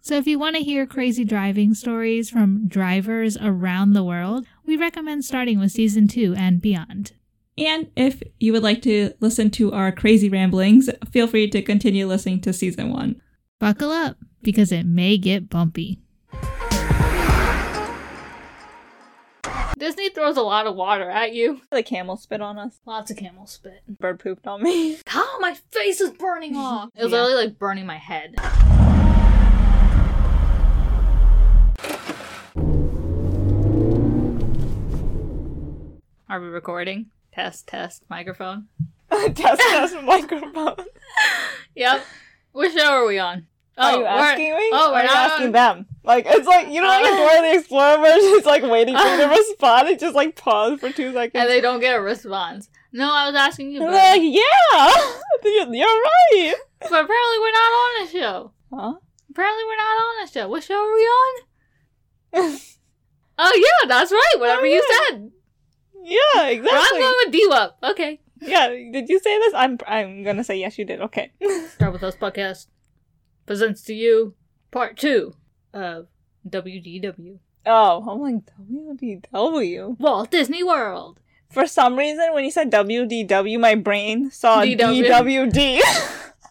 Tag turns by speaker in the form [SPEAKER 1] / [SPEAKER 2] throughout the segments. [SPEAKER 1] So if you want to hear crazy driving stories from drivers around the world, we recommend starting with season two and beyond.
[SPEAKER 2] And if you would like to listen to our crazy ramblings, feel free to continue listening to season one.
[SPEAKER 1] Buckle up because it may get bumpy.
[SPEAKER 3] Disney throws a lot of water at you.
[SPEAKER 2] The camel spit on us,
[SPEAKER 3] Lots of camel spit.
[SPEAKER 2] bird pooped on me.
[SPEAKER 3] God, my face is burning off. It was
[SPEAKER 2] Yeah.
[SPEAKER 3] literally like burning my head. Are we recording? Test, test, microphone.
[SPEAKER 2] test, test, microphone.
[SPEAKER 3] Yep. Which show are we on? we're- Oh, we're not on- Uh.
[SPEAKER 2] them? Like it's like you know,
[SPEAKER 3] like, in Dora
[SPEAKER 2] the Explorer version. It's like waiting
[SPEAKER 3] for the
[SPEAKER 2] respond. It just like pause for two
[SPEAKER 3] And
[SPEAKER 2] seconds.
[SPEAKER 3] they don't get a response. No, I was asking you, but,
[SPEAKER 2] yeah, you're, right.
[SPEAKER 3] but apparently we're not on a show.
[SPEAKER 2] Huh?
[SPEAKER 3] Apparently, we're not on a show. What show are we on? oh yeah, that's right. Whatever
[SPEAKER 2] Oh,
[SPEAKER 3] you
[SPEAKER 2] yeah.
[SPEAKER 3] said.
[SPEAKER 2] Yeah,
[SPEAKER 3] Well, I'm going with D-Wop. Okay.
[SPEAKER 2] Yeah. Did you say this? I'm I'm gonna say yes. You did. Okay.
[SPEAKER 3] Start with Us Podcast presents to you part two of WDW
[SPEAKER 2] Oh, I'm like WDW.
[SPEAKER 3] Walt Disney World.
[SPEAKER 2] For some reason, when you said WDW, my brain saw
[SPEAKER 3] DW.
[SPEAKER 2] DWD.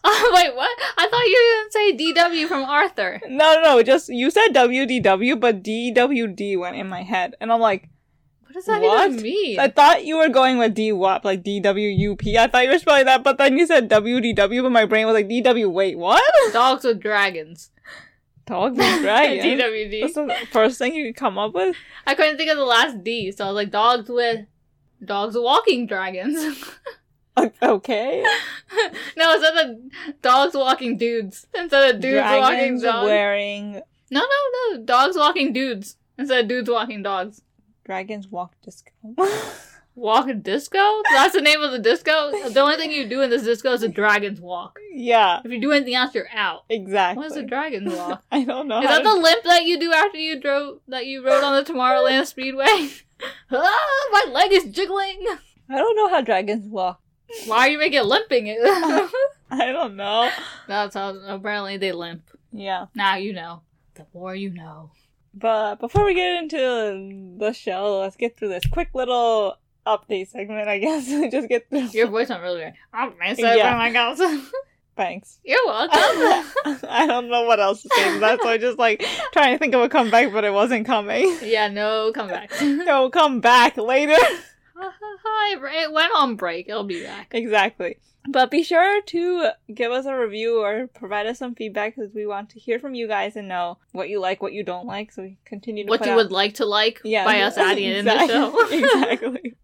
[SPEAKER 3] Oh wait, what? I thought you were gonna say DW from Arthur.
[SPEAKER 2] no, no, no. Just you said WDW, but DWD went in my head, and I'm like.
[SPEAKER 3] What does that
[SPEAKER 2] What?
[SPEAKER 3] even mean?
[SPEAKER 2] I thought you were going with DWAP, like DWUP. I thought you were spelling that, but then you said WDW, but my brain was like DW. Wait, what?
[SPEAKER 3] Dogs with Dragons.
[SPEAKER 2] Dog with dragon. That's
[SPEAKER 3] DWD.
[SPEAKER 2] the first thing you could come up with.
[SPEAKER 3] I couldn't think of the last D, so I was like dogs with dogs walking dragons.
[SPEAKER 2] O- Okay.
[SPEAKER 3] no, it's not the dogs walking dudes instead of dudes walking
[SPEAKER 2] Dragons
[SPEAKER 3] dogs.
[SPEAKER 2] wearing
[SPEAKER 3] No, no, no. Dogs walking dudes instead of dudes walking dogs.
[SPEAKER 2] dragons walk disco.
[SPEAKER 3] Walk a disco? That's the name of the disco? The only thing you do in this disco is a dragon's walk.
[SPEAKER 2] yeah,
[SPEAKER 3] If you do anything else, you're out.
[SPEAKER 2] exactly.
[SPEAKER 3] What is a dragon's walk?
[SPEAKER 2] I don't know.
[SPEAKER 3] Is
[SPEAKER 2] how
[SPEAKER 3] that the limp that you do after you drove that you rode on the Tomorrowland Speedway? ah, my leg is jiggling.
[SPEAKER 2] to- I don't know how dragons walk.
[SPEAKER 3] Why are you making it limping?
[SPEAKER 2] I don't know.
[SPEAKER 3] That's how apparently they limp.
[SPEAKER 2] Yeah.
[SPEAKER 3] Now you know. The more you know.
[SPEAKER 2] But before we get into the show, let's get through this quick little update segment, I guess. Just get through.
[SPEAKER 3] Your voice sounds really weird. I'm missing
[SPEAKER 2] Yeah.
[SPEAKER 3] my god.
[SPEAKER 2] Thanks.
[SPEAKER 3] You're welcome.
[SPEAKER 2] I don't know what else to say to that, so I just like trying to think of a comeback, but it wasn't coming.
[SPEAKER 3] yeah, no comeback.
[SPEAKER 2] It'll come back later.
[SPEAKER 3] it went on break. It'll be back.
[SPEAKER 2] exactly. But be sure to give us a review or provide us some feedback because we want to hear from you guys and know what you like, what you don't like, so we continue to
[SPEAKER 3] What
[SPEAKER 2] put
[SPEAKER 3] you
[SPEAKER 2] out-
[SPEAKER 3] would like to like by us adding it in the
[SPEAKER 2] Exactly.
[SPEAKER 3] show.
[SPEAKER 2] exactly.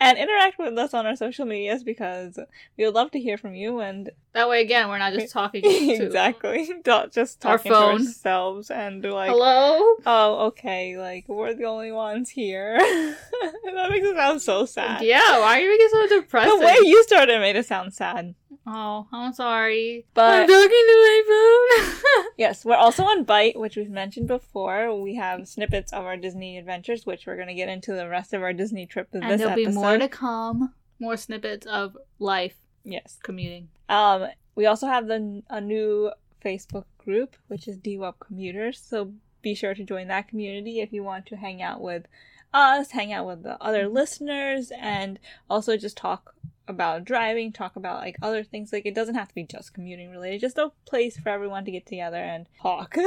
[SPEAKER 2] And interact with us on our social medias because we would love to hear from you and
[SPEAKER 3] that way, again, we're not just talking to
[SPEAKER 2] exactly don't just
[SPEAKER 3] Our
[SPEAKER 2] talking
[SPEAKER 3] phone.
[SPEAKER 2] to ourselves and like
[SPEAKER 3] Hello?
[SPEAKER 2] Oh, okay. Like we're the only ones here. that makes it sound so sad.
[SPEAKER 3] Yeah, why are you making it so
[SPEAKER 2] the
[SPEAKER 3] depressing?
[SPEAKER 2] way you started made it sound sad.
[SPEAKER 3] oh, I'm sorry. I'm
[SPEAKER 2] But
[SPEAKER 3] talking to my phone.
[SPEAKER 2] yes, we're also on Bite, which we've mentioned before. We have snippets of our Disney adventures, which we're gonna get into the rest of our Disney trip with
[SPEAKER 3] and
[SPEAKER 2] this
[SPEAKER 3] there'll
[SPEAKER 2] episode.
[SPEAKER 3] be more to come. More snippets of life
[SPEAKER 2] yes.
[SPEAKER 3] commuting.
[SPEAKER 2] Um, we also have the a new Facebook group, which is DWAP Commuters. So be sure to join that community if you want to hang out with us, hang out with the
[SPEAKER 3] Mm-hmm.
[SPEAKER 2] other listeners, and also just talk about driving, talk about like other things. Like it doesn't have to be just commuting related, just a place for everyone to get together and talk.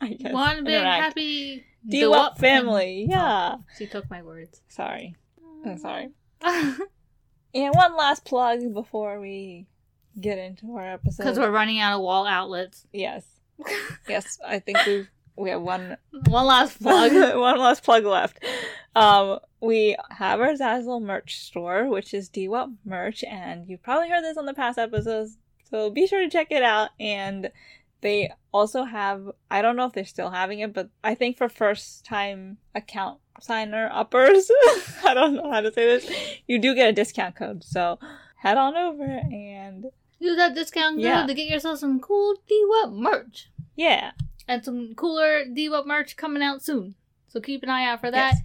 [SPEAKER 2] I guess.
[SPEAKER 3] One big
[SPEAKER 2] interact.
[SPEAKER 3] happy
[SPEAKER 2] DWAP
[SPEAKER 3] Doo-wop
[SPEAKER 2] family,
[SPEAKER 3] fam-
[SPEAKER 2] yeah.
[SPEAKER 3] Oh, she took my words.
[SPEAKER 2] Sorry, I'm
[SPEAKER 3] Mm-hmm.
[SPEAKER 2] sorry.
[SPEAKER 3] Because
[SPEAKER 2] And one last plug before we get into our episode.
[SPEAKER 3] we're running out of wall outlets.
[SPEAKER 2] Yes. yes, I think we we have one
[SPEAKER 3] One last plug.
[SPEAKER 2] one last plug left. Um, we have our Zazzle merch store, which is DWAP merch, and you've probably heard this on the past episodes, so be sure to check it out and They also have I don't know if they're still having it, but I think for first time account signer uppers, I don't know how to say this, you do get a discount code. So head on over and
[SPEAKER 4] Use that discount code
[SPEAKER 2] Yeah.
[SPEAKER 4] to get yourself some cool D-Web merch.
[SPEAKER 2] yeah,
[SPEAKER 4] And some cooler D-Web merch coming out soon. So keep an eye out for that.
[SPEAKER 2] Yes.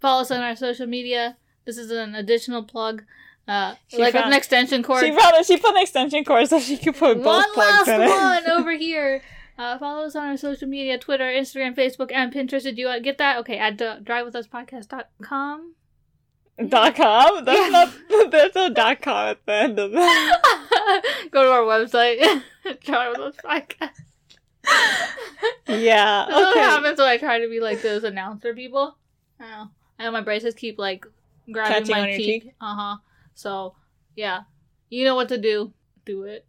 [SPEAKER 4] Follow us on our social media. This is an additional plug. Uh,
[SPEAKER 2] She
[SPEAKER 4] like
[SPEAKER 2] found-
[SPEAKER 4] an extension cord.
[SPEAKER 2] she brought she put an extension cord so she could put both
[SPEAKER 4] one
[SPEAKER 2] plugs
[SPEAKER 4] last
[SPEAKER 2] in it.
[SPEAKER 4] one over here. Uh, follow us on our social media Twitter, Instagram, Facebook, and Pinterest. Did you uh, get that? Okay, at uh, drivewithuspodcast.com.
[SPEAKER 2] dot com. That's
[SPEAKER 4] Yeah.
[SPEAKER 2] not there's no dot com at the end of that.
[SPEAKER 4] Go to our website, drivewithuspodcast.
[SPEAKER 2] Yeah.
[SPEAKER 4] That's what
[SPEAKER 2] Okay.
[SPEAKER 4] happens when I try to be like those announcer people. I don't know. I know my braces keep like grabbing
[SPEAKER 2] Catching on
[SPEAKER 4] my
[SPEAKER 2] your
[SPEAKER 4] cheek. Uh huh. So, yeah. You know what to do. Do it.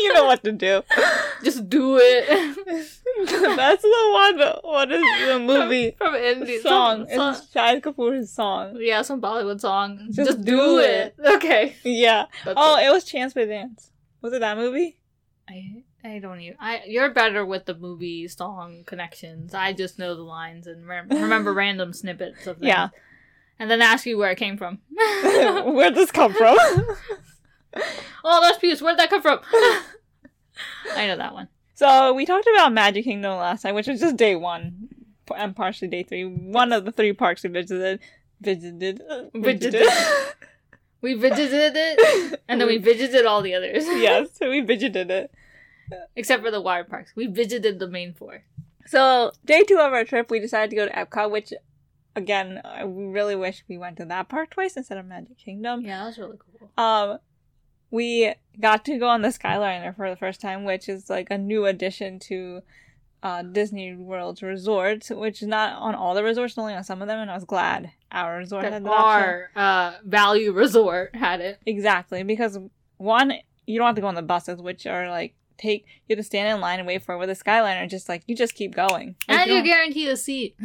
[SPEAKER 2] you know what to do.
[SPEAKER 4] Just do it.
[SPEAKER 2] That's the one. What is the movie
[SPEAKER 4] From India.
[SPEAKER 2] song?
[SPEAKER 4] Some- some-
[SPEAKER 2] It's Shahid Kapoor's song.
[SPEAKER 4] Yeah, some Bollywood song.
[SPEAKER 2] Just
[SPEAKER 4] Just,
[SPEAKER 2] do
[SPEAKER 4] do,
[SPEAKER 2] it.
[SPEAKER 4] it. Okay.
[SPEAKER 2] Yeah.
[SPEAKER 4] That's
[SPEAKER 2] Oh,
[SPEAKER 4] it.
[SPEAKER 2] it was Chance by Dance. Was it that movie?
[SPEAKER 4] I I don't even. I you're better with the movie song connections. I just know the lines and rem- remember random snippets of them.
[SPEAKER 2] Yeah.
[SPEAKER 4] And then ask you where it came from. oh,
[SPEAKER 2] Where'd this come from?
[SPEAKER 4] that's Puce. Where'd that come from? I know that one.
[SPEAKER 2] so we talked about Magic Kingdom last time, which was just day one p- and partially day three. One of the three parks we visited. Visited.
[SPEAKER 4] Visited. We visited it, and then we visited all the others.
[SPEAKER 2] yes, we visited it.
[SPEAKER 4] Except for the water parks. We visited the main four.
[SPEAKER 2] So day two of our trip, we decided to go to Epcot, which, again, I really wish we went to that park twice instead of Magic Kingdom.
[SPEAKER 4] Yeah, that was really cool.
[SPEAKER 2] Um, we got to go on the Skyliner for the first time, which is like a new addition to uh, Disney World's resorts, which is not on all the resorts, only on some of them, and I was glad our resort
[SPEAKER 4] That
[SPEAKER 2] had that option.
[SPEAKER 4] our uh, value resort had it.
[SPEAKER 2] Exactly, because one, you don't have to go on the buses, which are like take you have to stand in line and wait for it. With a Skyliner, just like you just keep going. Like,
[SPEAKER 4] And
[SPEAKER 2] you
[SPEAKER 4] you're
[SPEAKER 2] don't-
[SPEAKER 4] guaranteed a seat.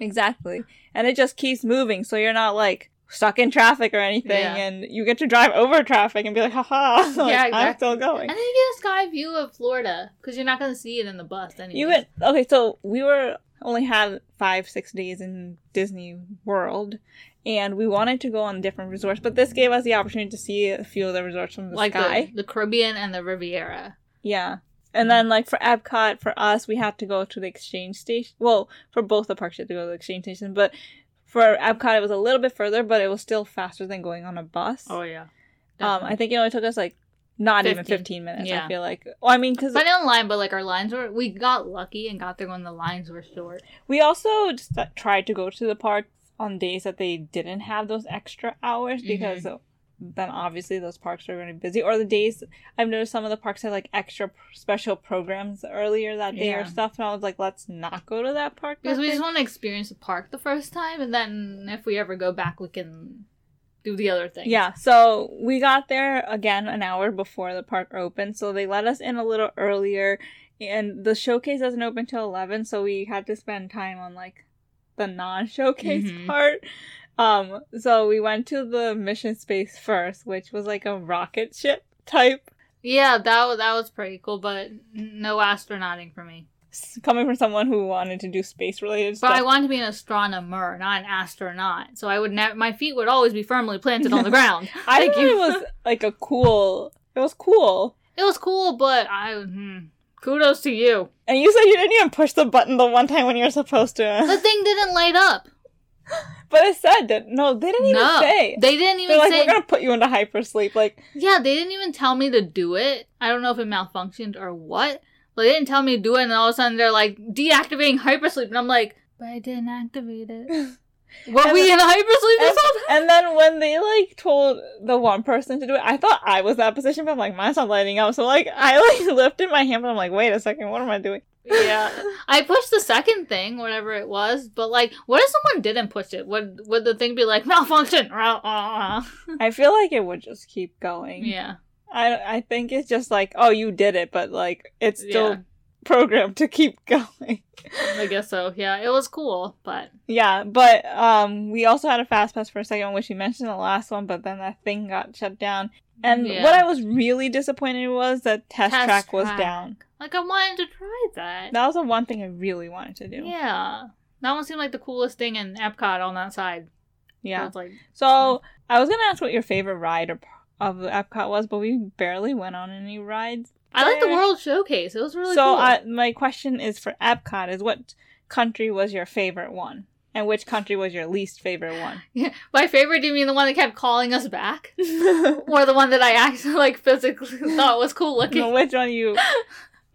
[SPEAKER 2] Exactly. And it just keeps moving, so you're not like stuck in traffic or anything,
[SPEAKER 4] Yeah.
[SPEAKER 2] and you get to drive over traffic and be like, haha, like,
[SPEAKER 4] Yeah,
[SPEAKER 2] I'm
[SPEAKER 4] exactly.
[SPEAKER 2] still going.
[SPEAKER 4] And then you get a sky view of Florida because you're not going to see it in the bus anyway.
[SPEAKER 2] You went, okay, so we were only had five, six days in Disney World, and we wanted to go on different resorts, but this gave us the opportunity to see a few of the resorts from the
[SPEAKER 4] like
[SPEAKER 2] sky.
[SPEAKER 4] the, the Caribbean and the Riviera.
[SPEAKER 2] Yeah. And then, like, for Epcot, for us, we had to go to the exchange station. Well, for both the parks, you had to go to the exchange station. But for Epcot, it was a little bit further, but it was still faster than going on a bus.
[SPEAKER 3] Oh,
[SPEAKER 4] Oh, yeah.
[SPEAKER 2] um, I think it only took us, like, not even
[SPEAKER 4] 15.
[SPEAKER 2] 15 minutes, I
[SPEAKER 4] Yeah.
[SPEAKER 2] feel like. Well, I mean, because
[SPEAKER 4] but in line, but like our lines were, we got lucky and got there when the lines were short.
[SPEAKER 2] we also just tried to go to the park on days that they didn't have those extra hours
[SPEAKER 4] Mm-hmm.
[SPEAKER 2] because uh, then obviously those parks are going to be busy. Or the days I've noticed some of the parks had like extra p- special programs earlier that day or
[SPEAKER 4] Yeah.
[SPEAKER 2] stuff, and I was like, let's not go to that park
[SPEAKER 4] Because
[SPEAKER 2] that
[SPEAKER 4] we
[SPEAKER 2] day.
[SPEAKER 4] just want to experience the park the first time, and then if we ever go back, we can do the other thing.
[SPEAKER 2] Yeah, so we got there again an hour before the park opened, so they let us in a little earlier, and the showcase doesn't open till eleven, so we had to spend time on like the non-showcase
[SPEAKER 4] Mhm.
[SPEAKER 2] part. Um, so we went to the mission space first, which was like a rocket ship type
[SPEAKER 4] Yeah, that, wa- that was pretty cool, but no astronauting for me.
[SPEAKER 2] s- coming from someone who wanted to do space related
[SPEAKER 4] But I
[SPEAKER 2] stuff.
[SPEAKER 4] wanted to be an astronomer, not an astronaut. So I would never. My feet would always be firmly planted on the ground.
[SPEAKER 2] I
[SPEAKER 4] Thank
[SPEAKER 2] think it was like a cool. It was cool.
[SPEAKER 4] It was cool, but I. Hmm, kudos to you.
[SPEAKER 2] And you said you didn't even push the button the one time when you were supposed
[SPEAKER 4] The
[SPEAKER 2] to.
[SPEAKER 4] thing didn't light up.
[SPEAKER 2] But it said that no, they didn't even
[SPEAKER 4] no,
[SPEAKER 2] say.
[SPEAKER 4] they didn't
[SPEAKER 2] They're
[SPEAKER 4] even
[SPEAKER 2] like,
[SPEAKER 4] say.
[SPEAKER 2] we're gonna put you into hypersleep. Like,
[SPEAKER 4] Yeah, they didn't even tell me to do it. I don't know if it malfunctioned or what. But they didn't tell me to do it, and all of a sudden they're like deactivating hypersleep, and I'm like, but I didn't activate it. Were
[SPEAKER 2] And
[SPEAKER 4] we
[SPEAKER 2] then-
[SPEAKER 4] in hypersleep
[SPEAKER 2] and,
[SPEAKER 4] this whole time?
[SPEAKER 2] and then when they like told the one person to do it, I thought I was that position, but I'm like, mine's not lighting up. So like, I like lifted my hand, but I'm like, wait a second, what am I doing?
[SPEAKER 4] Yeah. I pushed the second thing, whatever it was, but like, what if someone didn't push it? Would would the thing be like malfunction? Rah, rah, rah.
[SPEAKER 2] I feel like it would just keep going.
[SPEAKER 4] Hmm. Yeah,
[SPEAKER 2] I I think it's just like, oh, you did it, but like, it's still
[SPEAKER 4] yeah,
[SPEAKER 2] programmed to keep going.
[SPEAKER 4] I guess so. Yeah, it was cool, but
[SPEAKER 2] Yeah, but um, we also had a fast pass for a second, which we mentioned in the last one, but then that thing got shut down. And
[SPEAKER 4] Yeah.
[SPEAKER 2] what I was really disappointed was that test,
[SPEAKER 4] Test
[SPEAKER 2] track was
[SPEAKER 4] track.
[SPEAKER 2] down.
[SPEAKER 4] Like I wanted to try that.
[SPEAKER 2] That was the one thing I really wanted to do.
[SPEAKER 4] yeah. That one seemed like the coolest thing in Epcot on that side. I
[SPEAKER 2] Yeah.
[SPEAKER 4] was like,
[SPEAKER 2] So I was gonna ask what your favorite ride or- of the Epcot was, but we barely went on any rides.
[SPEAKER 4] I like the
[SPEAKER 2] there.
[SPEAKER 4] World Showcase. It was really
[SPEAKER 2] so
[SPEAKER 4] cool.
[SPEAKER 2] I, my question is for Epcot: is what country was your favorite one, and which country was your least favorite one?
[SPEAKER 4] My favorite, do you mean the one that kept calling us back? or the one that I actually like physically thought was cool looking?
[SPEAKER 2] No, which one you?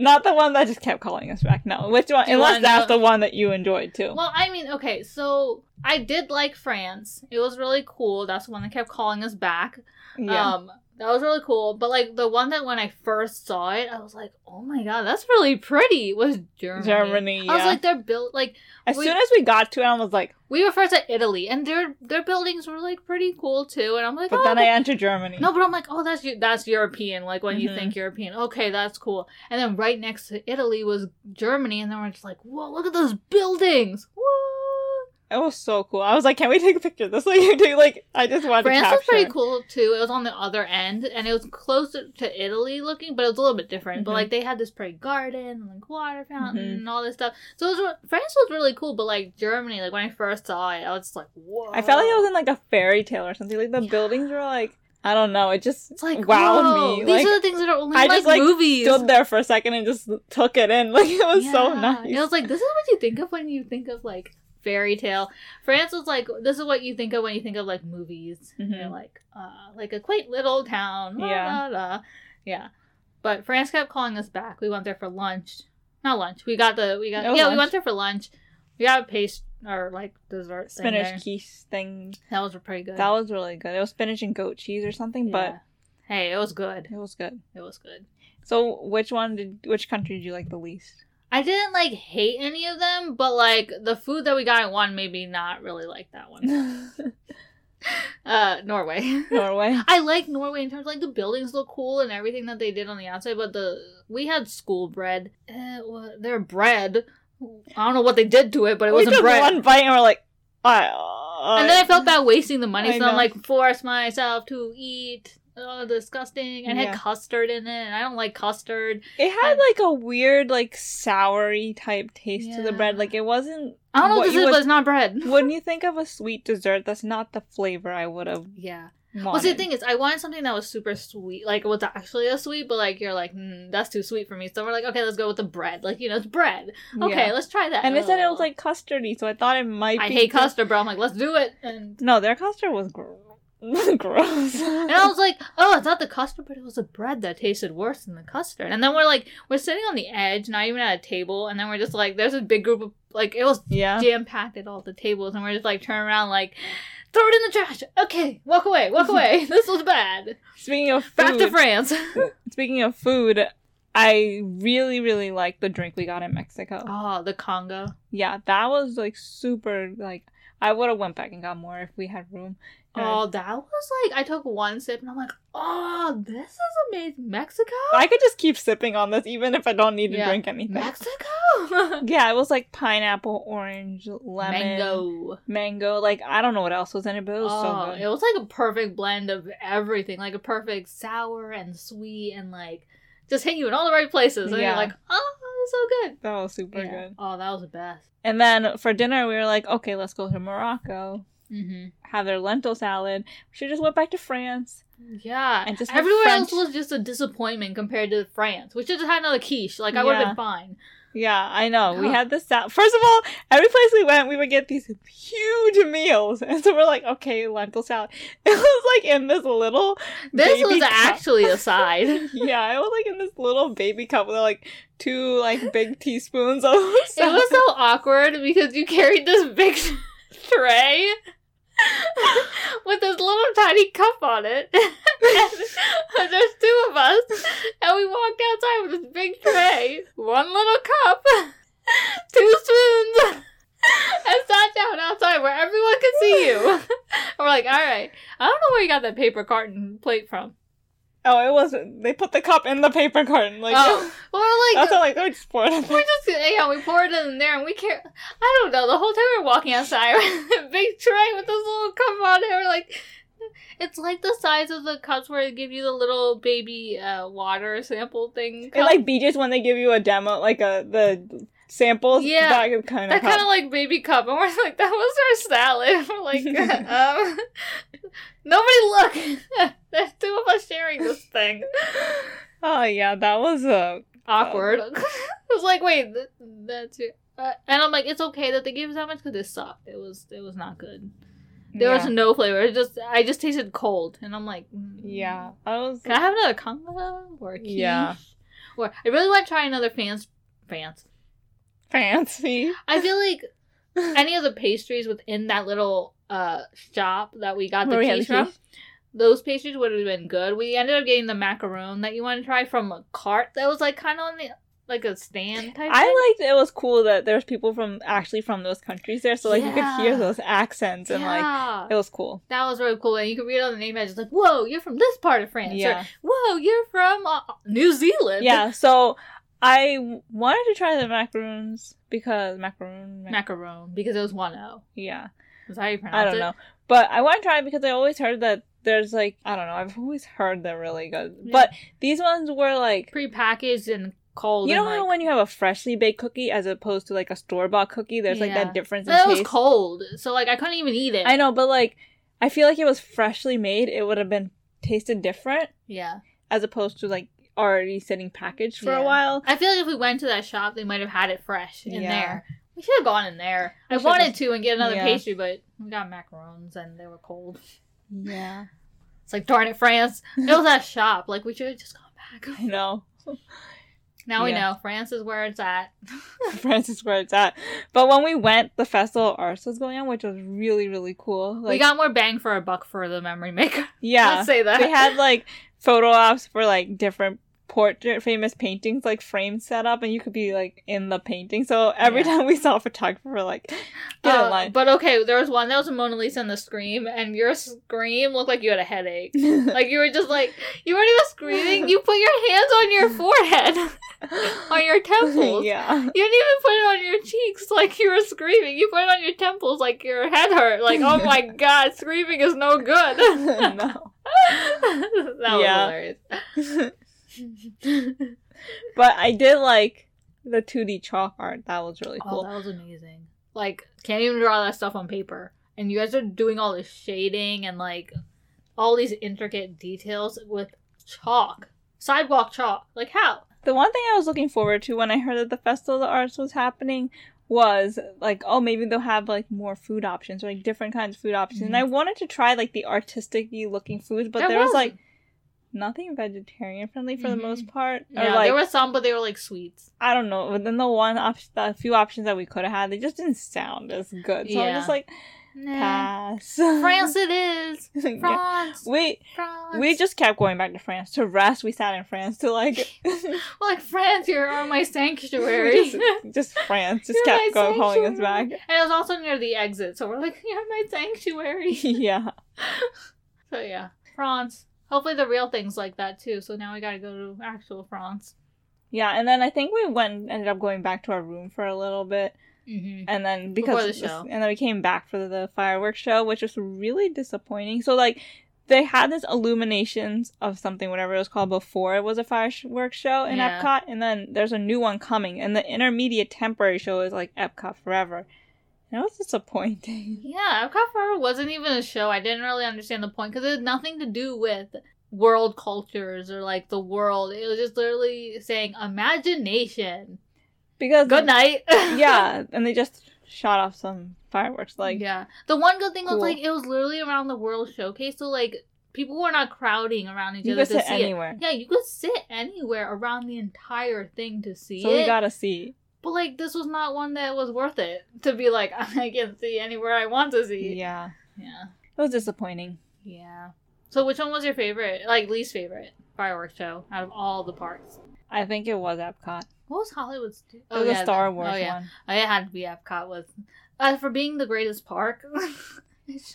[SPEAKER 2] Not the one that just kept calling us back. No, which one?
[SPEAKER 4] Do you
[SPEAKER 2] Unless
[SPEAKER 4] wanna
[SPEAKER 2] that's
[SPEAKER 4] know-
[SPEAKER 2] the one that you enjoyed too.
[SPEAKER 4] Well, I mean, okay, so I did like France. It was really cool. That's the one that kept calling us back.
[SPEAKER 2] yeah.
[SPEAKER 4] Um, that was really cool. But like the one that when I first saw it, I was like, oh my god, that's really pretty. Was oh, Germany?
[SPEAKER 2] Germany. Yeah.
[SPEAKER 4] I was like, they're built like
[SPEAKER 2] as
[SPEAKER 4] we-
[SPEAKER 2] soon as we got to it, I was like,
[SPEAKER 4] we were first at Italy, and their their buildings were like pretty cool too. And I'm like,
[SPEAKER 2] but
[SPEAKER 4] oh,
[SPEAKER 2] then I
[SPEAKER 4] that-
[SPEAKER 2] entered Germany.
[SPEAKER 4] no, but I'm like, oh, that's Eu- that's European. Like when you
[SPEAKER 2] Mhm.
[SPEAKER 4] think European, okay, that's cool. And then right next to Italy was Germany, and then we're just like, whoa, look at those buildings. What?
[SPEAKER 2] It was so cool. I was like, can we take a picture of this? Like, you do, like I just wanted to
[SPEAKER 4] France
[SPEAKER 2] capture.
[SPEAKER 4] was pretty cool too. It was on the other end, and it was closer to Italy looking, but it was a little bit different. But
[SPEAKER 2] Mhm.
[SPEAKER 4] like they had this pretty garden and like water fountain
[SPEAKER 2] Mhm.
[SPEAKER 4] and all this stuff. So it was, re- France was really cool, but like Germany, like when I first saw it, I was just like, whoa!
[SPEAKER 2] I felt like I was in like a fairy tale or something. Like the buildings were like, I don't know. It just
[SPEAKER 4] It's like
[SPEAKER 2] wowed
[SPEAKER 4] whoa,
[SPEAKER 2] me.
[SPEAKER 4] These
[SPEAKER 2] Like
[SPEAKER 4] are the things that are only
[SPEAKER 2] I
[SPEAKER 4] in, like,
[SPEAKER 2] just, like,
[SPEAKER 4] movies.
[SPEAKER 2] stood there for a second and just took it in. Like it was so
[SPEAKER 4] Yeah.
[SPEAKER 2] nice.
[SPEAKER 4] It was like this is what you think of when you think of like fairy tale. France was like this is what you think of when you think of like movies.
[SPEAKER 2] Mhm.
[SPEAKER 4] They're like uh, like a quaint little town. La,
[SPEAKER 2] Yeah.
[SPEAKER 4] yeah, la, la. yeah. But France kept calling us back. We went there for lunch. Not lunch. We got the we got
[SPEAKER 2] No
[SPEAKER 4] yeah we
[SPEAKER 2] Oh, lunch.
[SPEAKER 4] went there for lunch. We got a paste or like dessert thing there.
[SPEAKER 2] spinach quiche thing.
[SPEAKER 4] That was pretty good.
[SPEAKER 2] That was really good. It was spinach and goat cheese or something,
[SPEAKER 4] Yeah. hey, it was good.
[SPEAKER 2] but it was good.
[SPEAKER 4] It was good.
[SPEAKER 2] So which one did which country did you like the least?
[SPEAKER 4] I didn't like hate any of them, but like the food that we got at one, maybe not really like that one. Uh, Norway.
[SPEAKER 2] Norway.
[SPEAKER 4] I like Norway in terms of, like the buildings look cool and everything that they did on the outside, but the we had school bread. Uh, well, their bread. I don't know what they did to it, but it
[SPEAKER 2] we
[SPEAKER 4] wasn't
[SPEAKER 2] took
[SPEAKER 4] bread.
[SPEAKER 2] one bite and we're like, I.
[SPEAKER 4] and then I felt bad wasting the money,
[SPEAKER 2] I
[SPEAKER 4] so I'm
[SPEAKER 2] know.
[SPEAKER 4] like force myself to eat. Oh, disgusting! And
[SPEAKER 2] Yeah.
[SPEAKER 4] had custard in it, and I don't like custard.
[SPEAKER 2] It had
[SPEAKER 4] And-
[SPEAKER 2] like a weird, like soury type taste to the bread.
[SPEAKER 4] Yeah.
[SPEAKER 2] Like it wasn't.
[SPEAKER 4] I don't know
[SPEAKER 2] what
[SPEAKER 4] what this
[SPEAKER 2] you
[SPEAKER 4] is,
[SPEAKER 2] would-
[SPEAKER 4] but it's not bread.
[SPEAKER 2] When you think of a sweet dessert, that's not the flavor I would have
[SPEAKER 4] Yeah.
[SPEAKER 2] wanted.
[SPEAKER 4] Well, see, the thing is, I wanted something that was super sweet, like was actually a sweet, but like you're like,
[SPEAKER 3] "Hmm,
[SPEAKER 4] mm, that's too sweet for me. So we're like, okay, let's go with the bread. Like you know, it's bread. Okay,
[SPEAKER 2] Yeah.
[SPEAKER 4] let's try that.
[SPEAKER 2] And it said it
[SPEAKER 4] Oh.
[SPEAKER 2] was like custardy, so I thought it might.
[SPEAKER 4] I
[SPEAKER 2] be
[SPEAKER 4] hate
[SPEAKER 2] good.
[SPEAKER 4] custard, bro. I'm like, let's do it. And,
[SPEAKER 2] No, their custard was gr- gross.
[SPEAKER 4] and I was like, oh, it's not the custard, but it was the bread that tasted worse than the custard. And then we're like, we're sitting on the edge, not even at a table, and then we're just like, there's a big group of like, it was
[SPEAKER 2] yeah.
[SPEAKER 4] jam packed at all the tables, and we're just like turning around like, throw it in the trash. Okay, walk away, walk away. this was bad.
[SPEAKER 2] Speaking of
[SPEAKER 4] Back to
[SPEAKER 2] food,
[SPEAKER 4] France.
[SPEAKER 2] speaking of food, I really really liked the drink we got in Mexico.
[SPEAKER 4] oh, the Congo.
[SPEAKER 2] Yeah, that was like super. Like I would have went back and got more if we had room. And I
[SPEAKER 4] Oh, that was like I took one sip and I'm like, oh, this is amazing. Mexico,
[SPEAKER 2] I could just keep sipping on this even if I don't need to
[SPEAKER 4] Yeah.
[SPEAKER 2] drink anything.
[SPEAKER 4] Mexico,
[SPEAKER 2] yeah, it was like pineapple, orange, lemon,
[SPEAKER 4] mango.
[SPEAKER 2] mango, Like I don't know what else was in it, but it was
[SPEAKER 4] oh,
[SPEAKER 2] so
[SPEAKER 4] it
[SPEAKER 2] good.
[SPEAKER 4] was like a perfect blend of everything, like a perfect sour and sweet and like just hit you in all the right places. And
[SPEAKER 2] Yeah.
[SPEAKER 4] you're like, oh, it's so good.
[SPEAKER 2] That was super
[SPEAKER 4] Yeah.
[SPEAKER 2] good.
[SPEAKER 4] Oh, that was the best.
[SPEAKER 2] And then for dinner, we were like, okay, let's go to Morocco,
[SPEAKER 4] hmm
[SPEAKER 2] have their lentil salad. We should just went back to France.
[SPEAKER 4] Yeah,
[SPEAKER 2] And just have
[SPEAKER 4] everywhere
[SPEAKER 2] French-
[SPEAKER 4] else was just a disappointment compared to France. We should have had another quiche. Like I would have
[SPEAKER 2] Yeah.
[SPEAKER 4] been fine.
[SPEAKER 2] Yeah, I know. We
[SPEAKER 4] Huh.
[SPEAKER 2] had this salad. First of all, every place we went, we would get these huge meals, and so we're like, okay, lentil salad. It was like in this little.
[SPEAKER 4] This
[SPEAKER 2] baby
[SPEAKER 4] was
[SPEAKER 2] cup.
[SPEAKER 4] actually a side.
[SPEAKER 2] yeah, it was like in this little baby cup with like two like big teaspoons of
[SPEAKER 4] It
[SPEAKER 2] salad.
[SPEAKER 4] was so awkward because you carried this big tray with this little tiny cup on it. and there's two of us, and we walked outside with this big tray, one little cup, two spoons, and sat down outside where everyone could see you. And we're like, all right, I don't know where you got that paper carton plate from.
[SPEAKER 2] Oh, it wasn't. They put the cup in the paper carton. Like,
[SPEAKER 4] oh, we're like,
[SPEAKER 2] that's not like, oh, just pour it in.
[SPEAKER 4] We're just yeah, we poured it in there, and we care. I don't know. The whole time we were walking outside, we had a big tray with this little cup on it. We're like,
[SPEAKER 3] It's like the size of the cups where they give you the little baby uh, water sample thing.
[SPEAKER 2] It like BJ's when they give you a demo, like a the samples.
[SPEAKER 3] Yeah.
[SPEAKER 2] that kind
[SPEAKER 3] that
[SPEAKER 2] of.
[SPEAKER 3] kind of like baby cup, and we're like, that was our salad. We're like, um, nobody look. There's two of us sharing this thing.
[SPEAKER 2] oh yeah, that was a.
[SPEAKER 3] Awkward. I was Um, like, wait, th- that's it. Uh, and I'm like, it's okay that they gave us that much because it sucked. It was, it was not good. There was
[SPEAKER 2] yeah.
[SPEAKER 3] no flavor. It just, I just tasted cold, and I'm like, mm.
[SPEAKER 2] Yeah, I was.
[SPEAKER 3] Can I have another conga or a quiche?
[SPEAKER 2] Yeah.
[SPEAKER 3] Or I really want to try another fans fans.
[SPEAKER 2] fancy.
[SPEAKER 3] I feel like any of the pastries within that little uh shop that we got the
[SPEAKER 2] Where we had
[SPEAKER 3] quiche
[SPEAKER 2] the
[SPEAKER 3] from,
[SPEAKER 2] quiche?
[SPEAKER 3] those pastries would have been good. We ended up getting the macaron that you want to try from a cart that was like kind of on the like a stand type. thing.
[SPEAKER 2] I liked it was cool that there's people from actually from those countries there, so like you
[SPEAKER 3] Yeah.
[SPEAKER 2] could hear those accents and like
[SPEAKER 3] Yeah.
[SPEAKER 2] it was cool.
[SPEAKER 3] that was really cool, and you could read on the name badge. It's like, "Whoa, you're from this part of France," or
[SPEAKER 2] Yeah,
[SPEAKER 3] "Whoa, you're from uh, New Zealand."
[SPEAKER 2] yeah. So I w- wanted to try the macaroons because macaroon, mac-
[SPEAKER 3] macaron because it was one o.
[SPEAKER 2] yeah.
[SPEAKER 3] Is that how you pronounce
[SPEAKER 2] I don't
[SPEAKER 3] it?
[SPEAKER 2] know, but I want to try it because I always heard that there's like I don't know. I've always heard they're really good,
[SPEAKER 3] Yeah.
[SPEAKER 2] but these ones were like
[SPEAKER 3] prepackaged and cold.
[SPEAKER 2] you
[SPEAKER 3] and,
[SPEAKER 2] know how
[SPEAKER 3] like-
[SPEAKER 2] when you have a freshly baked cookie as opposed to like a store bought cookie, there's like
[SPEAKER 3] Yeah.
[SPEAKER 2] that difference in
[SPEAKER 3] But it was
[SPEAKER 2] taste.
[SPEAKER 3] cold, so like I couldn't even eat it.
[SPEAKER 2] I know, but like I feel like it was freshly made, it would have been tasted different
[SPEAKER 3] Yeah,
[SPEAKER 2] as opposed to like already sitting packaged for
[SPEAKER 3] Yeah.
[SPEAKER 2] a while.
[SPEAKER 3] I feel like if we went to that shop, they might have had it fresh in
[SPEAKER 2] Yeah.
[SPEAKER 3] there. We should have gone in there.
[SPEAKER 2] We
[SPEAKER 3] I
[SPEAKER 2] should've
[SPEAKER 3] wanted
[SPEAKER 2] just-
[SPEAKER 3] to and get another
[SPEAKER 2] Yeah.
[SPEAKER 3] pastry, but we got macarons and they were cold.
[SPEAKER 2] Yeah,
[SPEAKER 3] It's like darn it, France. It was that shop. Like we should have just gone
[SPEAKER 2] I
[SPEAKER 3] back.
[SPEAKER 2] know.
[SPEAKER 3] Now we
[SPEAKER 2] Yeah.
[SPEAKER 3] know France is where it's at.
[SPEAKER 2] France is where it's at. But when we went, the festival of arts was going on, which was really really cool. Like
[SPEAKER 3] we got more bang for our buck for the memory maker.
[SPEAKER 2] yeah,
[SPEAKER 3] Let's say that.
[SPEAKER 2] they had like photo ops for like different portrait famous paintings like frames set up and you could be like in the painting so every
[SPEAKER 3] Yeah.
[SPEAKER 2] time we saw a photographer we're like get
[SPEAKER 3] Uh,
[SPEAKER 2] in line
[SPEAKER 3] but okay, there was one that was a Mona Lisa and the scream, and your scream looked like you had a headache. Like you were just like you weren't even screaming. You put your hands on your forehead, on your temples.
[SPEAKER 2] yeah
[SPEAKER 3] You didn't even put it on your cheeks like you were screaming. You put it on your temples like your head hurt. Like oh my god, screaming is no good. that
[SPEAKER 2] no
[SPEAKER 3] was
[SPEAKER 2] Yeah.
[SPEAKER 3] hilarious.
[SPEAKER 2] but i did like the 2d chalk art that was really
[SPEAKER 3] Oh,
[SPEAKER 2] cool
[SPEAKER 3] that was amazing. Like can't even draw that stuff on paper, and you guys are doing all this shading and like all these intricate details with chalk, sidewalk chalk. Like how?
[SPEAKER 2] the one thing i was looking forward to when i heard that the festival of the arts was happening was like oh maybe they'll have like more food options or like different kinds of food options and i wanted to try like the artistic looking foods but
[SPEAKER 3] Mm-hmm. There
[SPEAKER 2] there was
[SPEAKER 3] was-
[SPEAKER 2] like nothing vegetarian friendly for
[SPEAKER 3] Mhm.
[SPEAKER 2] the most part. Or
[SPEAKER 3] Yeah,
[SPEAKER 2] like
[SPEAKER 3] there were some, but they were like sweets.
[SPEAKER 2] I don't know, but then the one op- the few options that we could have had, they just didn't sound as good. So
[SPEAKER 3] Yeah.
[SPEAKER 2] I'm just like
[SPEAKER 3] Nah.
[SPEAKER 2] pass.
[SPEAKER 3] France it is.
[SPEAKER 2] Yeah.
[SPEAKER 3] France.
[SPEAKER 2] We
[SPEAKER 3] France.
[SPEAKER 2] we just kept going back to France to rest. We sat in France to like
[SPEAKER 3] like France, you're on my sanctuary.
[SPEAKER 2] just, just France just
[SPEAKER 3] You're my
[SPEAKER 2] kept going calling us
[SPEAKER 3] sanctuary.
[SPEAKER 2] back.
[SPEAKER 3] And it was also near the exit, so we're like, you're my sanctuary.
[SPEAKER 2] yeah,
[SPEAKER 3] so yeah. France. Hopefully the real thing's like that too. So now we gotta go to actual France.
[SPEAKER 2] yeah, and then I think we went ended up going back to our room for a little bit,
[SPEAKER 3] Mm-hmm.
[SPEAKER 2] and then
[SPEAKER 3] Before
[SPEAKER 2] because
[SPEAKER 3] the show.
[SPEAKER 2] and then we came back for the fireworks show which was really disappointing so like they had this illuminations of something whatever it was called before it was a fireworks show in
[SPEAKER 3] Yeah.
[SPEAKER 2] epcot and then there's a new one coming and the intermediate temporary show is like epcot forever and it was disappointing
[SPEAKER 3] Yeah, Epcot Forever wasn't even a show. I didn't really understand the point because it had nothing to do with world cultures or like the world. It was just literally saying imagination.
[SPEAKER 2] because
[SPEAKER 3] Good night.
[SPEAKER 2] yeah and they just shot off some fireworks like
[SPEAKER 3] yeah the one good thing was
[SPEAKER 2] Cool.
[SPEAKER 3] like it was literally around the world showcase so like people were not crowding around each
[SPEAKER 2] you
[SPEAKER 3] other
[SPEAKER 2] could
[SPEAKER 3] to
[SPEAKER 2] sit
[SPEAKER 3] see
[SPEAKER 2] anywhere
[SPEAKER 3] it yeah you could sit anywhere around the entire thing to see
[SPEAKER 2] so
[SPEAKER 3] it
[SPEAKER 2] we got a seat
[SPEAKER 3] but like this was not one that was worth it to be like i can see anywhere i want to see
[SPEAKER 2] yeah
[SPEAKER 3] yeah
[SPEAKER 2] it was disappointing
[SPEAKER 3] yeah so which one was your favorite like least favorite fireworks show out of all the parks
[SPEAKER 2] i think it was epcot it
[SPEAKER 3] what was hollywood's do-
[SPEAKER 2] was a star wars
[SPEAKER 3] oh yeah
[SPEAKER 2] one
[SPEAKER 3] oh, it had to be epcot with uh, for being the greatest park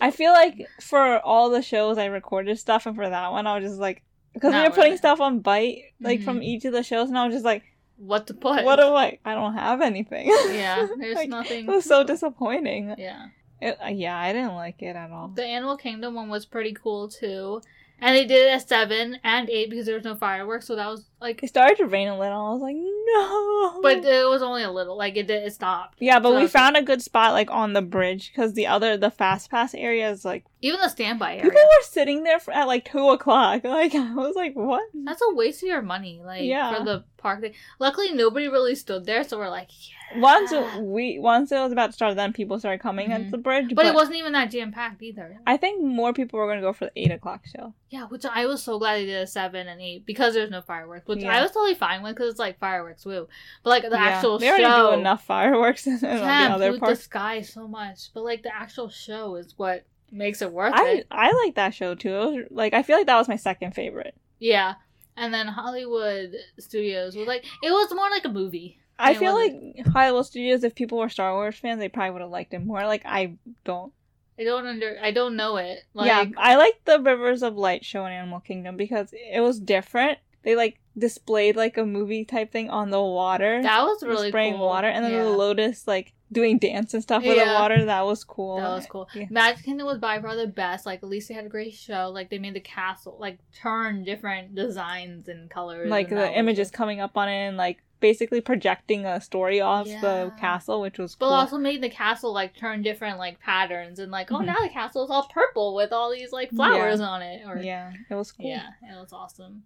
[SPEAKER 2] I feel like for all the shows I recorded stuff, and for that one, I was just like, because we
[SPEAKER 3] Not
[SPEAKER 2] were
[SPEAKER 3] worth
[SPEAKER 2] putting
[SPEAKER 3] it. Mm-hmm.
[SPEAKER 2] stuff on Byte, like from each of the shows, and I was just like,
[SPEAKER 3] what to put
[SPEAKER 2] what do I? I don't have anything.
[SPEAKER 3] yeah, there's
[SPEAKER 2] Like,
[SPEAKER 3] nothing.
[SPEAKER 2] it was so disappointing.
[SPEAKER 3] Yeah,
[SPEAKER 2] It, uh, yeah, I didn't like it at all.
[SPEAKER 3] The Animal Kingdom one was pretty cool too. And they did it at 7 and 8 because there was no fireworks, so that was like.
[SPEAKER 2] It started to rain a little. I was like, no.
[SPEAKER 3] But it was only a little. Like, it did, it stopped.
[SPEAKER 2] yeah, but
[SPEAKER 3] so-
[SPEAKER 2] we found a good spot like on the bridge because the other the fast pass area is like
[SPEAKER 3] Even the standby
[SPEAKER 2] you
[SPEAKER 3] area.
[SPEAKER 2] guys were sitting there for, at like two o'clock. Like I was like, what?
[SPEAKER 3] That's a waste of your money, like,
[SPEAKER 2] Yeah.
[SPEAKER 3] for the park thing. Luckily, nobody really stood there, so we're like, yeah.
[SPEAKER 2] Once we once it was about to start, then people started coming
[SPEAKER 3] Mhm.
[SPEAKER 2] at the bridge.
[SPEAKER 3] But, it wasn't even that jam packed either.
[SPEAKER 2] I think more people were gonna go for the eight o'clock show.
[SPEAKER 3] yeah, which I was so glad they did a seven and eight because there's no fireworks, which
[SPEAKER 2] Yeah.
[SPEAKER 3] I was totally fine with because it's like fireworks, woo. But like the
[SPEAKER 2] Yeah,
[SPEAKER 3] actual
[SPEAKER 2] they
[SPEAKER 3] show,
[SPEAKER 2] already do enough fireworks in on
[SPEAKER 3] yeah,
[SPEAKER 2] the other
[SPEAKER 3] pollute the
[SPEAKER 2] parts.
[SPEAKER 3] sky so much. But like the actual show is what makes it worth
[SPEAKER 2] I
[SPEAKER 3] it.
[SPEAKER 2] I like that show too. It was, like I feel like that was my second favorite.
[SPEAKER 3] Yeah, and then Hollywood Studios was like it was more like a movie.
[SPEAKER 2] I
[SPEAKER 3] It
[SPEAKER 2] feel
[SPEAKER 3] wasn't-
[SPEAKER 2] like Hollywood Studios. If people were Star Wars fans, they probably would have liked it more. Like I don't.
[SPEAKER 3] I don't under I don't know it. Like
[SPEAKER 2] yeah, I like the Rivers of Light show in Animal Kingdom because it was different. They like displayed like a movie type thing on the water,
[SPEAKER 3] that was
[SPEAKER 2] They were
[SPEAKER 3] really
[SPEAKER 2] spraying
[SPEAKER 3] cool.
[SPEAKER 2] water, and then
[SPEAKER 3] Yeah.
[SPEAKER 2] the Lotus like doing dance and stuff with the
[SPEAKER 3] Yeah.
[SPEAKER 2] water. That was cool.
[SPEAKER 3] That was cool.
[SPEAKER 2] Yeah.
[SPEAKER 3] Magic Kingdom was by far the best. Like, at least they had a great show. Like, they made the castle, like, turn different designs and colors.
[SPEAKER 2] like
[SPEAKER 3] and that
[SPEAKER 2] the
[SPEAKER 3] was
[SPEAKER 2] images coming up on it and like basically projecting a story off the
[SPEAKER 3] Yeah.
[SPEAKER 2] castle which was
[SPEAKER 3] But
[SPEAKER 2] cool
[SPEAKER 3] also made the castle, like, turn different, like, patterns. And, like, oh,
[SPEAKER 2] Mhm.
[SPEAKER 3] now the castle is all purple with all these, like, flowers on it. Or, yeah.
[SPEAKER 2] yeah it was cool yeah.
[SPEAKER 3] it was awesome.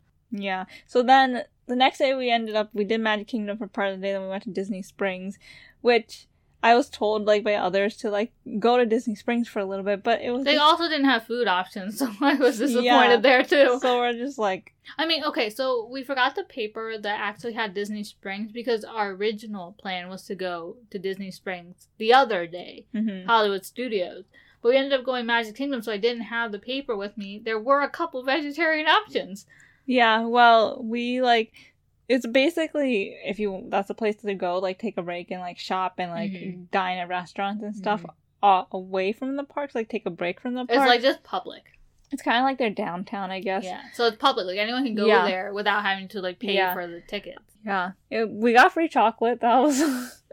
[SPEAKER 2] so then the next day we ended up we did magic kingdom for part of the day then we went to disney springs which i was told like by others to like go to disney springs for a little bit but it was
[SPEAKER 3] They
[SPEAKER 2] just-
[SPEAKER 3] also didn't have food options, so I was disappointed
[SPEAKER 2] Yeah.
[SPEAKER 3] there, too.
[SPEAKER 2] so we're just like
[SPEAKER 3] I mean, okay, so we forgot the paper that actually had Disney Springs because our original plan was to go to Disney Springs the other day.
[SPEAKER 2] mhm.
[SPEAKER 3] Hollywood Studios. But we ended up going Magic Kingdom, so I didn't have the paper with me. There were a couple vegetarian options.
[SPEAKER 2] yeah well we like it's basically if you that's a place to go like take a break and like shop and like
[SPEAKER 3] Mhm.
[SPEAKER 2] dine at restaurants and stuff
[SPEAKER 3] Mhm.
[SPEAKER 2] uh, away from the parks like take a break from the park
[SPEAKER 3] It's like just public.
[SPEAKER 2] It's kind of like their downtown, I guess.
[SPEAKER 3] Yeah. So it's public. Like anyone can go
[SPEAKER 2] Yeah.
[SPEAKER 3] there without having to like pay
[SPEAKER 2] Yeah.
[SPEAKER 3] for the tickets.
[SPEAKER 2] Yeah. It- we got free chocolate. That was.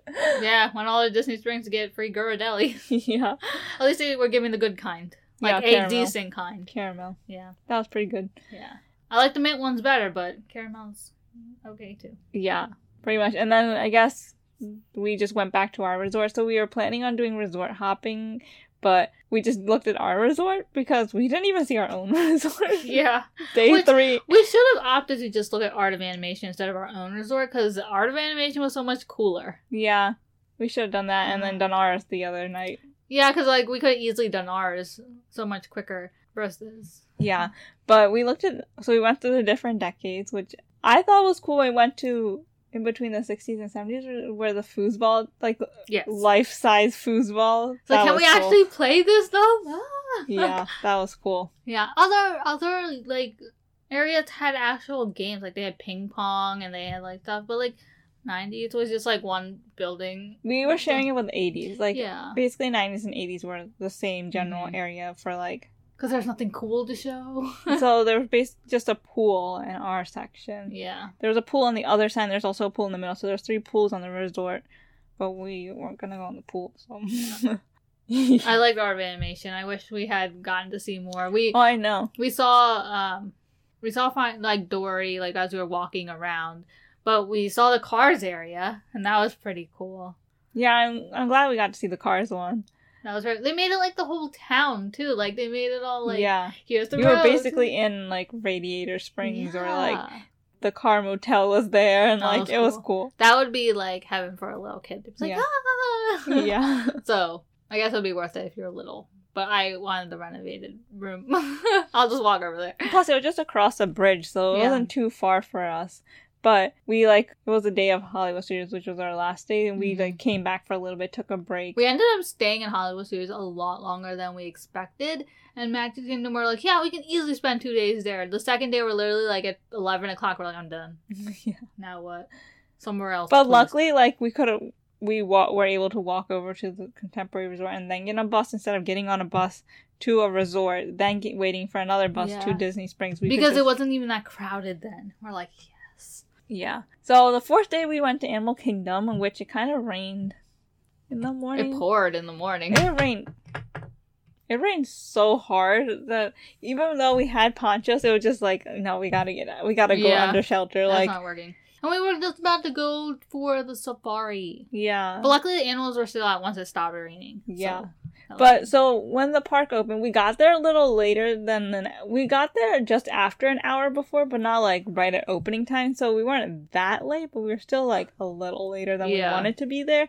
[SPEAKER 3] Yeah, when all the Disney Springs get free Ghirardelli.
[SPEAKER 2] yeah.
[SPEAKER 3] At least they were giving the good kind. Like
[SPEAKER 2] yeah,
[SPEAKER 3] a
[SPEAKER 2] caramel.
[SPEAKER 3] decent kind.
[SPEAKER 2] Caramel.
[SPEAKER 3] Yeah.
[SPEAKER 2] That was pretty good.
[SPEAKER 3] Yeah. I like the mint ones better, but caramel's okay too.
[SPEAKER 2] Yeah. Pretty much. And then I guess we just went back to our resort. So we were planning on doing resort hopping, but we just looked at our resort because we didn't even see our own resort.
[SPEAKER 3] Yeah.
[SPEAKER 2] Day
[SPEAKER 3] Which-
[SPEAKER 2] three.
[SPEAKER 3] We should have opted to just look at Art of Animation instead of our own resort because Art of Animation was so much cooler.
[SPEAKER 2] Yeah. We should have done that and
[SPEAKER 3] Mm.
[SPEAKER 2] then done ours the other night.
[SPEAKER 3] Yeah, because like we could have easily done ours so much quicker versus.
[SPEAKER 2] Yeah, but we looked at so we went through the different decades, which I thought was cool. We went to in between the sixties and seventies, where the foosball, like
[SPEAKER 3] Yes. Like,
[SPEAKER 2] life size foosball.
[SPEAKER 3] so
[SPEAKER 2] That
[SPEAKER 3] can
[SPEAKER 2] was
[SPEAKER 3] we
[SPEAKER 2] cool.
[SPEAKER 3] actually play this though? Ah.
[SPEAKER 2] Yeah, that was cool.
[SPEAKER 3] yeah. Other other like areas had actual games like they had ping pong and they had like stuff, but like 90s was just like one building.
[SPEAKER 2] We were sharing it with eighties, like
[SPEAKER 3] yeah,
[SPEAKER 2] basically nineties and eighties were the same general
[SPEAKER 3] Mhm.
[SPEAKER 2] area for like.
[SPEAKER 3] because there's nothing cool to show.
[SPEAKER 2] so there was bas- just a pool in our section.
[SPEAKER 3] yeah.
[SPEAKER 2] There was a pool on the other side. And there's also a pool in the middle. So there's three pools on the resort, but we weren't gonna go in the pool. So.
[SPEAKER 3] I liked Art of Animation. I wish we had gotten to see more. We
[SPEAKER 2] Oh, I know.
[SPEAKER 3] we saw um we saw find like Dory like as we were walking around, but we saw the cars area and that was pretty cool.
[SPEAKER 2] Yeah, I'm, I'm glad we got to see the Cars one.
[SPEAKER 3] That was right. They made it like the whole town too. Like they made it all like
[SPEAKER 2] yeah,
[SPEAKER 3] here's the
[SPEAKER 2] you were
[SPEAKER 3] roads.
[SPEAKER 2] basically in like Radiator Springs, or like
[SPEAKER 3] Yeah.
[SPEAKER 2] the car motel was there, and
[SPEAKER 3] That
[SPEAKER 2] like
[SPEAKER 3] was
[SPEAKER 2] it was cool.
[SPEAKER 3] that would be like heaven for a little kid. It's like
[SPEAKER 2] Yeah.
[SPEAKER 3] ah.
[SPEAKER 2] yeah,
[SPEAKER 3] So I guess it'd be worth it if you're little. But I wanted the renovated room. I'll just walk over there.
[SPEAKER 2] plus it was just across a bridge, so it
[SPEAKER 3] Yeah.
[SPEAKER 2] wasn't too far for us. But we like it was the day of Hollywood Studios, which was our last day, and we
[SPEAKER 3] Mhm.
[SPEAKER 2] like came back for a little bit, took a break.
[SPEAKER 3] We ended up staying in Hollywood Studios a lot longer than we expected. And Magic Kingdom were like, yeah, we can easily spend two days there. The second day, we're literally like at 11 o'clock, we're like, I'm done.
[SPEAKER 2] yeah.
[SPEAKER 3] Now what? Somewhere else.
[SPEAKER 2] But
[SPEAKER 3] please."
[SPEAKER 2] luckily, like we could have, we wa- were able to walk over to the contemporary resort and then get a bus instead of getting on a bus to a resort, then get, waiting for another bus to
[SPEAKER 3] Yeah.
[SPEAKER 2] Disney Springs. We could
[SPEAKER 3] Because it
[SPEAKER 2] just-
[SPEAKER 3] wasn't even that crowded then. We're like, yes.
[SPEAKER 2] yeah. So the fourth day we went to Animal Kingdom, in which it kind of rained in the
[SPEAKER 4] It
[SPEAKER 2] morning.
[SPEAKER 4] poured in the morning.
[SPEAKER 2] It rained. It rained so hard that even though we had ponchos, it was just like, no, we gotta get out. We gotta go
[SPEAKER 4] Yeah.
[SPEAKER 2] under shelter.
[SPEAKER 4] That's
[SPEAKER 2] like,
[SPEAKER 4] not working. And we were just about to go for the safari.
[SPEAKER 2] yeah.
[SPEAKER 4] But luckily, the animals were still out once it stopped raining. so
[SPEAKER 2] Yeah.
[SPEAKER 4] that was
[SPEAKER 2] But
[SPEAKER 4] good.
[SPEAKER 2] so when the park opened, we got there a little later than an, we got there just after an hour before, but not like right at opening time. So we weren't that late, but we were still like a little later than
[SPEAKER 4] Yeah.
[SPEAKER 2] we wanted to be there.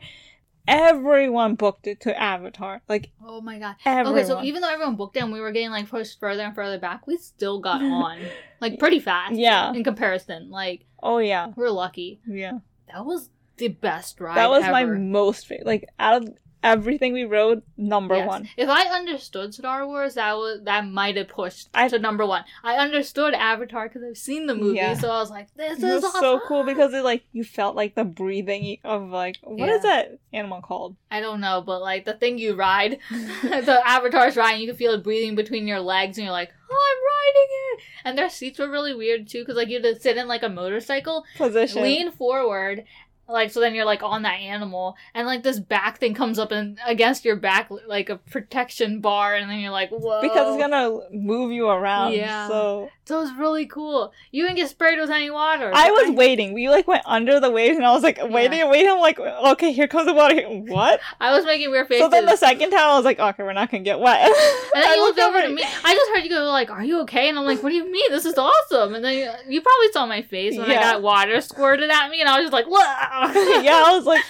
[SPEAKER 2] Everyone booked it to Avatar, like
[SPEAKER 4] Oh my god.
[SPEAKER 2] everyone.
[SPEAKER 4] Okay, so even though everyone booked it and we were getting like pushed further and further back, we still got on. like pretty fast.
[SPEAKER 2] Yeah.
[SPEAKER 4] In comparison. Like,
[SPEAKER 2] oh yeah,
[SPEAKER 4] we're lucky.
[SPEAKER 2] yeah.
[SPEAKER 4] That was the best ride.
[SPEAKER 2] that was my
[SPEAKER 4] ever.
[SPEAKER 2] most favorite. Like out of everything we rode, number
[SPEAKER 4] Yes.
[SPEAKER 2] one.
[SPEAKER 4] If I understood Star Wars, that was that might have pushed
[SPEAKER 2] I-
[SPEAKER 4] to number one. I understood Avatar because I've seen the movie,
[SPEAKER 2] Yeah.
[SPEAKER 4] so I was like, "This
[SPEAKER 2] It
[SPEAKER 4] is
[SPEAKER 2] was
[SPEAKER 4] awesome.
[SPEAKER 2] so cool because it like you felt like the breathing of like what is
[SPEAKER 4] Yeah.
[SPEAKER 2] that animal called?
[SPEAKER 4] I don't know, but like the thing you ride, the Avatar's ride, you can feel it breathing between your legs, and you're like, "Oh, I'm riding it." And their seats were really weird too, because like you had to sit in like a motorcycle,
[SPEAKER 2] Position.
[SPEAKER 4] lean forward like so then you're like on that animal and like this back thing comes up and against your back like a protection bar and then you're like whoa
[SPEAKER 2] because it's gonna move you around.
[SPEAKER 4] Yeah.
[SPEAKER 2] So
[SPEAKER 4] so it's really cool you didn't get sprayed with any water
[SPEAKER 2] I was waiting. We like went under the waves, and I was like waiting, and waiting. I'm like, okay, here comes the water. What?
[SPEAKER 4] i was making weird faces
[SPEAKER 2] So then the second time, I was like, okay, we're not gonna get wet.
[SPEAKER 4] and
[SPEAKER 2] I
[SPEAKER 4] then you looked over to
[SPEAKER 2] you.
[SPEAKER 4] me. I just heard you go like, "Are you okay?" And I'm like, "What do you mean? This is awesome!" And then you, you probably saw my face when I
[SPEAKER 2] Yeah.
[SPEAKER 4] got water squirted at me, and I was just like, "Whoa!"
[SPEAKER 2] yeah, I was like,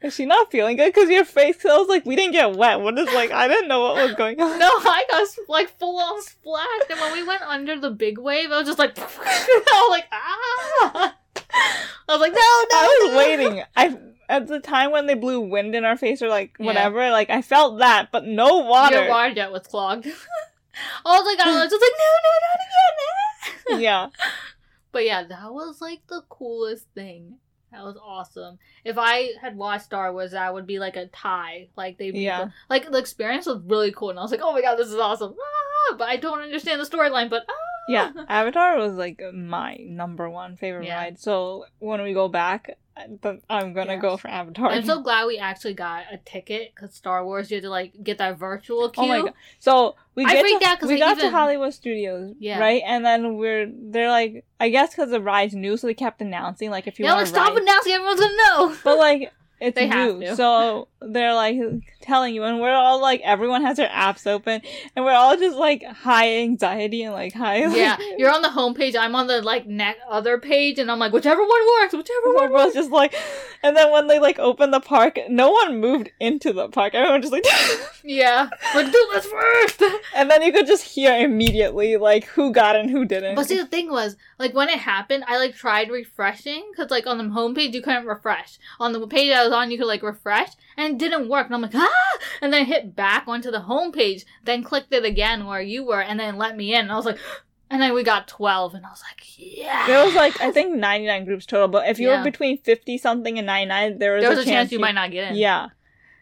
[SPEAKER 2] is she not feeling good? Because your face. I was like, we didn't get wet. What is like? I didn't know what was going on.
[SPEAKER 4] No, I got like full on splashed, and when we went under the big wave, I was just like, I was like, ah! I was like, no, no,
[SPEAKER 2] I was
[SPEAKER 4] no.
[SPEAKER 2] waiting. I at the time when they blew wind in our face or like
[SPEAKER 4] Yeah.
[SPEAKER 2] whatever, like I felt that, but no
[SPEAKER 4] Your
[SPEAKER 2] water.
[SPEAKER 4] water jet was clogged. All the guys was just like, no, no, not again. ah."
[SPEAKER 2] yeah,
[SPEAKER 4] But yeah, that was like the coolest thing. That was awesome. If I had watched Star Wars, that would be like a tie. Like they,
[SPEAKER 2] Yeah.
[SPEAKER 4] like the experience was really cool, and I was like, oh my god, this is awesome. Ah, but I don't understand the storyline. But ah.
[SPEAKER 2] yeah. Avatar was like my number one favorite
[SPEAKER 4] Yeah.
[SPEAKER 2] ride. So when we go back, I- th- I'm gonna
[SPEAKER 4] Yes.
[SPEAKER 2] go for Avatar.
[SPEAKER 4] I'm so glad we actually got a ticket because Star Wars, you had to like get that virtual queue.
[SPEAKER 2] Oh my god! So we
[SPEAKER 4] I
[SPEAKER 2] get
[SPEAKER 4] freaked
[SPEAKER 2] to,
[SPEAKER 4] out 'cause
[SPEAKER 2] we
[SPEAKER 4] we
[SPEAKER 2] got to
[SPEAKER 4] even-
[SPEAKER 2] Hollywood Studios,
[SPEAKER 4] Yeah.
[SPEAKER 2] right? And then we're they're like, I guess because the ride's new, so they kept announcing like if you
[SPEAKER 4] Yeah,
[SPEAKER 2] want
[SPEAKER 4] like
[SPEAKER 2] to
[SPEAKER 4] stop announcing, everyone's gonna know.
[SPEAKER 2] but like it's
[SPEAKER 4] They have
[SPEAKER 2] new,
[SPEAKER 4] to.
[SPEAKER 2] so they're like telling you, and we're all like, everyone has their apps open, and we're all just like high anxiety and like high. Like,
[SPEAKER 4] yeah, you're on the homepage. I'm on the like ne- other page, and I'm like, whichever one works, whichever one.
[SPEAKER 2] Everyone's just like, and then when they like opened the park, no one moved into the park. Everyone just like,
[SPEAKER 4] Yeah, like do this first.
[SPEAKER 2] and then you could just hear immediately like who got and who didn't.
[SPEAKER 4] But see, the thing was, like when it happened, I like tried refreshing because like on the homepage you couldn't refresh. On the page I was on, you could like refresh, and it didn't work. And I'm like, ah! And then hit back onto the homepage, then clicked it again where you were, and then let me in. And I was like, and then we got twelve, and I was like, yeah.
[SPEAKER 2] There was like I think ninety nine groups total, but if you
[SPEAKER 4] Yeah.
[SPEAKER 2] were between fifty something and ninety nine, there was,
[SPEAKER 4] there was a chance you might not get in.
[SPEAKER 2] Yeah,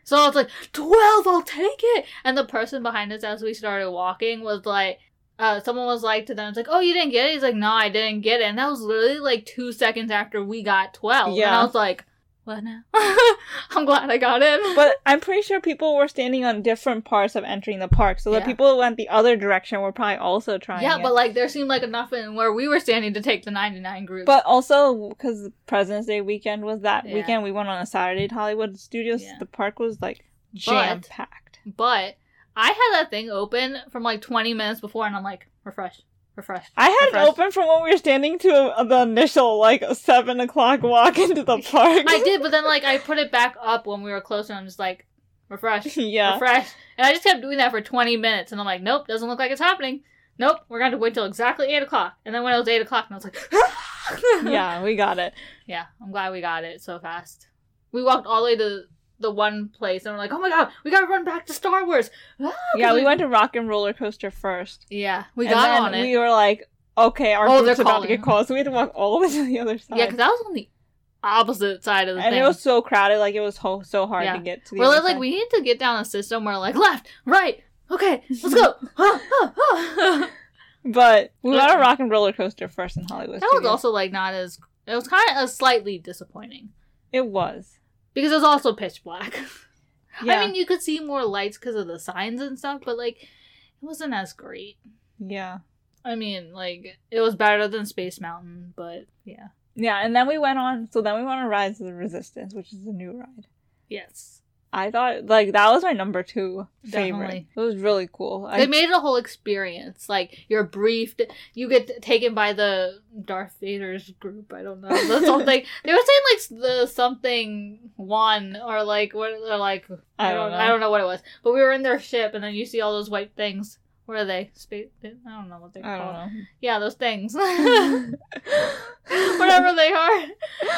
[SPEAKER 4] So I was like, 12, I'll take it. And the person behind us as we started walking was like, uh, someone was like to them, it's like, oh, you didn't get it? He's like, no, I didn't get it. And that was literally like two seconds after we got 12. And I
[SPEAKER 2] Yeah.
[SPEAKER 4] was like, what now? I'm glad I got in.
[SPEAKER 2] but I'm pretty sure people were standing on different parts of entering the park, so the
[SPEAKER 4] Yeah.
[SPEAKER 2] people who went the other direction were probably also trying.
[SPEAKER 4] yeah,
[SPEAKER 2] it.
[SPEAKER 4] but like there seemed like enough in where we were standing to take the 99 group.
[SPEAKER 2] But also because President's Day weekend was that
[SPEAKER 4] Yeah.
[SPEAKER 2] weekend, we went on a Saturday to Hollywood Studios.
[SPEAKER 4] Yeah.
[SPEAKER 2] The park was like jam packed.
[SPEAKER 4] but I had that thing open from like 20 minutes before and I'm like, refresh, refresh.
[SPEAKER 2] I had
[SPEAKER 4] refresh.
[SPEAKER 2] it open from when we were standing to uh, the initial like seven o'clock walk into the park.
[SPEAKER 4] I did, but then like I put it back up when we were closer and I'm just like, refresh.
[SPEAKER 2] yeah.
[SPEAKER 4] refresh. And I just kept doing that for 20 minutes, and I'm like, nope, doesn't look like it's happening. Nope, we're gonna have to wait till exactly 8 o'clock. And then when it was 8 o'clock, and I was like,
[SPEAKER 2] yeah, we got it.
[SPEAKER 4] Yeah, I'm glad we got it so fast. We walked all the way to the one place, and we're like, oh my god, we gotta run back to Star Wars. Ah, 'cause
[SPEAKER 2] Yeah, we went to Rock and Roller Coaster first.
[SPEAKER 4] Yeah, we
[SPEAKER 2] And
[SPEAKER 4] got
[SPEAKER 2] then
[SPEAKER 4] on it.
[SPEAKER 2] We were like, okay, our
[SPEAKER 4] Oh,
[SPEAKER 2] group's
[SPEAKER 4] they're
[SPEAKER 2] about
[SPEAKER 4] calling.
[SPEAKER 2] to get called, so we had to walk all the way to the other side.
[SPEAKER 4] yeah, because that was on the opposite side of the
[SPEAKER 2] and
[SPEAKER 4] thing.
[SPEAKER 2] it was so crowded, like it was ho- so hard
[SPEAKER 4] Yeah.
[SPEAKER 2] to get to the
[SPEAKER 4] we're
[SPEAKER 2] other
[SPEAKER 4] like, like,
[SPEAKER 2] side.
[SPEAKER 4] we need to get down a system where, like, left, right, okay, let's go. Ah, ah, ah.
[SPEAKER 2] But we went on
[SPEAKER 4] Mm-mm.
[SPEAKER 2] Rock and Roller Coaster first in Hollywood.
[SPEAKER 4] that was
[SPEAKER 2] Studios.
[SPEAKER 4] also, like, not as. It was kind of slightly disappointing.
[SPEAKER 2] It was.
[SPEAKER 4] Because it was also pitch black.
[SPEAKER 2] Yeah.
[SPEAKER 3] I mean, you could see more lights because of the signs and stuff, but like, it wasn't as great.
[SPEAKER 2] yeah.
[SPEAKER 3] I mean, like, it was better than Space Mountain, but yeah.
[SPEAKER 2] Yeah, and then we went on. So then we went on Rise of the Resistance, which is a new ride.
[SPEAKER 3] Yes.
[SPEAKER 2] I thought like that was my number two favorite.
[SPEAKER 3] Definitely.
[SPEAKER 2] It was really cool. I,
[SPEAKER 3] They made it a whole experience. Like, you're briefed, you get taken by the Darth Vader's group. I don't know. The something. they were saying, like, the something one, or like, what they're like,
[SPEAKER 2] I don't know.
[SPEAKER 3] I don't know what it was. But we were in their ship, and then you see all those white things. What are they? Space. I don't know what they're
[SPEAKER 2] I
[SPEAKER 3] called.
[SPEAKER 2] don't know.
[SPEAKER 3] Yeah, those things. Whatever they are.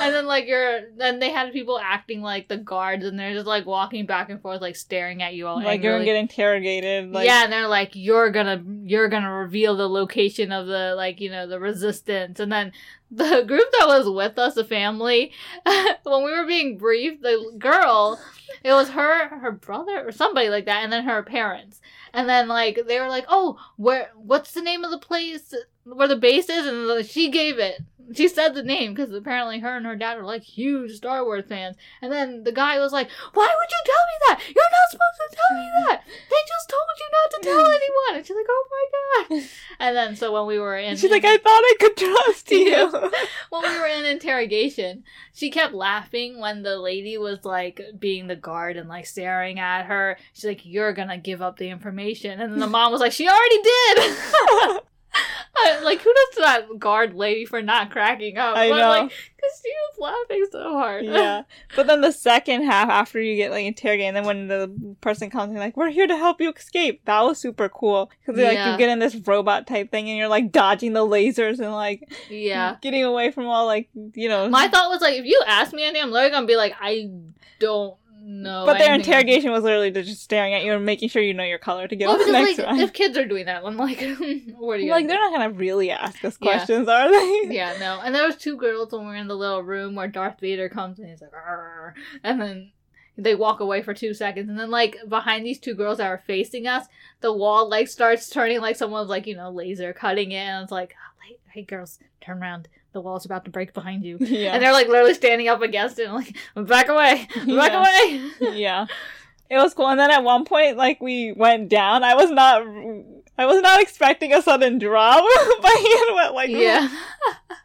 [SPEAKER 3] And then like you're then they had people acting like the guards and they're just like walking back and forth like staring at you all
[SPEAKER 2] like you're
[SPEAKER 3] angrily.
[SPEAKER 2] gonna get interrogated. Like,
[SPEAKER 3] yeah, and they're like, "You're gonna, you're gonna reveal the location of the, like, you know, the resistance." And then the group that was with us, the family, when we were being briefed, the girl, it was her, her brother, or somebody like that, and then her parents, and then like they were like, "Oh, where? What's the name of the place where the base is?" And like, she gave it. She said the name because apparently her and her dad are like huge Star Wars fans. And then the guy was like, "Why would you tell me that? You're not supposed to tell me that." They just told you not to tell anyone. And she's like, oh my god. And then so when we were in,
[SPEAKER 2] She's like, I thought I could trust you.
[SPEAKER 3] when we were in interrogation, she kept laughing when the lady was like being the guard and like staring at her. She's like, you're gonna give up the information. And then the mom was like, she already did. I- like who does that guard lady for not cracking up?
[SPEAKER 2] I
[SPEAKER 3] But,
[SPEAKER 2] know.
[SPEAKER 3] like, Cause she was laughing so hard.
[SPEAKER 2] yeah. But then the second half, after you get like interrogated, and then when the person comes and like, we're here to help you escape, that was super cool. Because like
[SPEAKER 3] Yeah.
[SPEAKER 2] you get in this robot type thing and you're like dodging the lasers and like
[SPEAKER 3] yeah.
[SPEAKER 2] getting away from all like you know.
[SPEAKER 3] My thought was like, if you ask me anything, I'm literally gonna be like, I don't know.
[SPEAKER 2] but their
[SPEAKER 3] anything.
[SPEAKER 2] interrogation was literally just staring at you and making sure you know your color to get
[SPEAKER 3] Well,
[SPEAKER 2] on the
[SPEAKER 3] because
[SPEAKER 2] next
[SPEAKER 3] like
[SPEAKER 2] one.
[SPEAKER 3] if kids are doing that, I'm like, what are you? gonna
[SPEAKER 2] like they're not gonna really ask us
[SPEAKER 3] Yeah.
[SPEAKER 2] questions, are they?
[SPEAKER 3] do? yeah, no. And there was two girls when we were in the little room where Darth Vader comes and he's like, "Arr," and then they walk away for two seconds, and then like behind these two girls that are facing us, the wall like starts turning like someone's like you know laser cutting it, and it's like, "Oh, hey, hey girls, turn around, the wall's about to break behind you,
[SPEAKER 2] Yeah.
[SPEAKER 3] and they're like literally standing up against it, and like back away, back
[SPEAKER 2] Yeah.
[SPEAKER 3] away.
[SPEAKER 2] yeah. It was cool. And then at one point, like we went down. I was not, I was not expecting a sudden drop, but Ian went like,
[SPEAKER 3] yeah.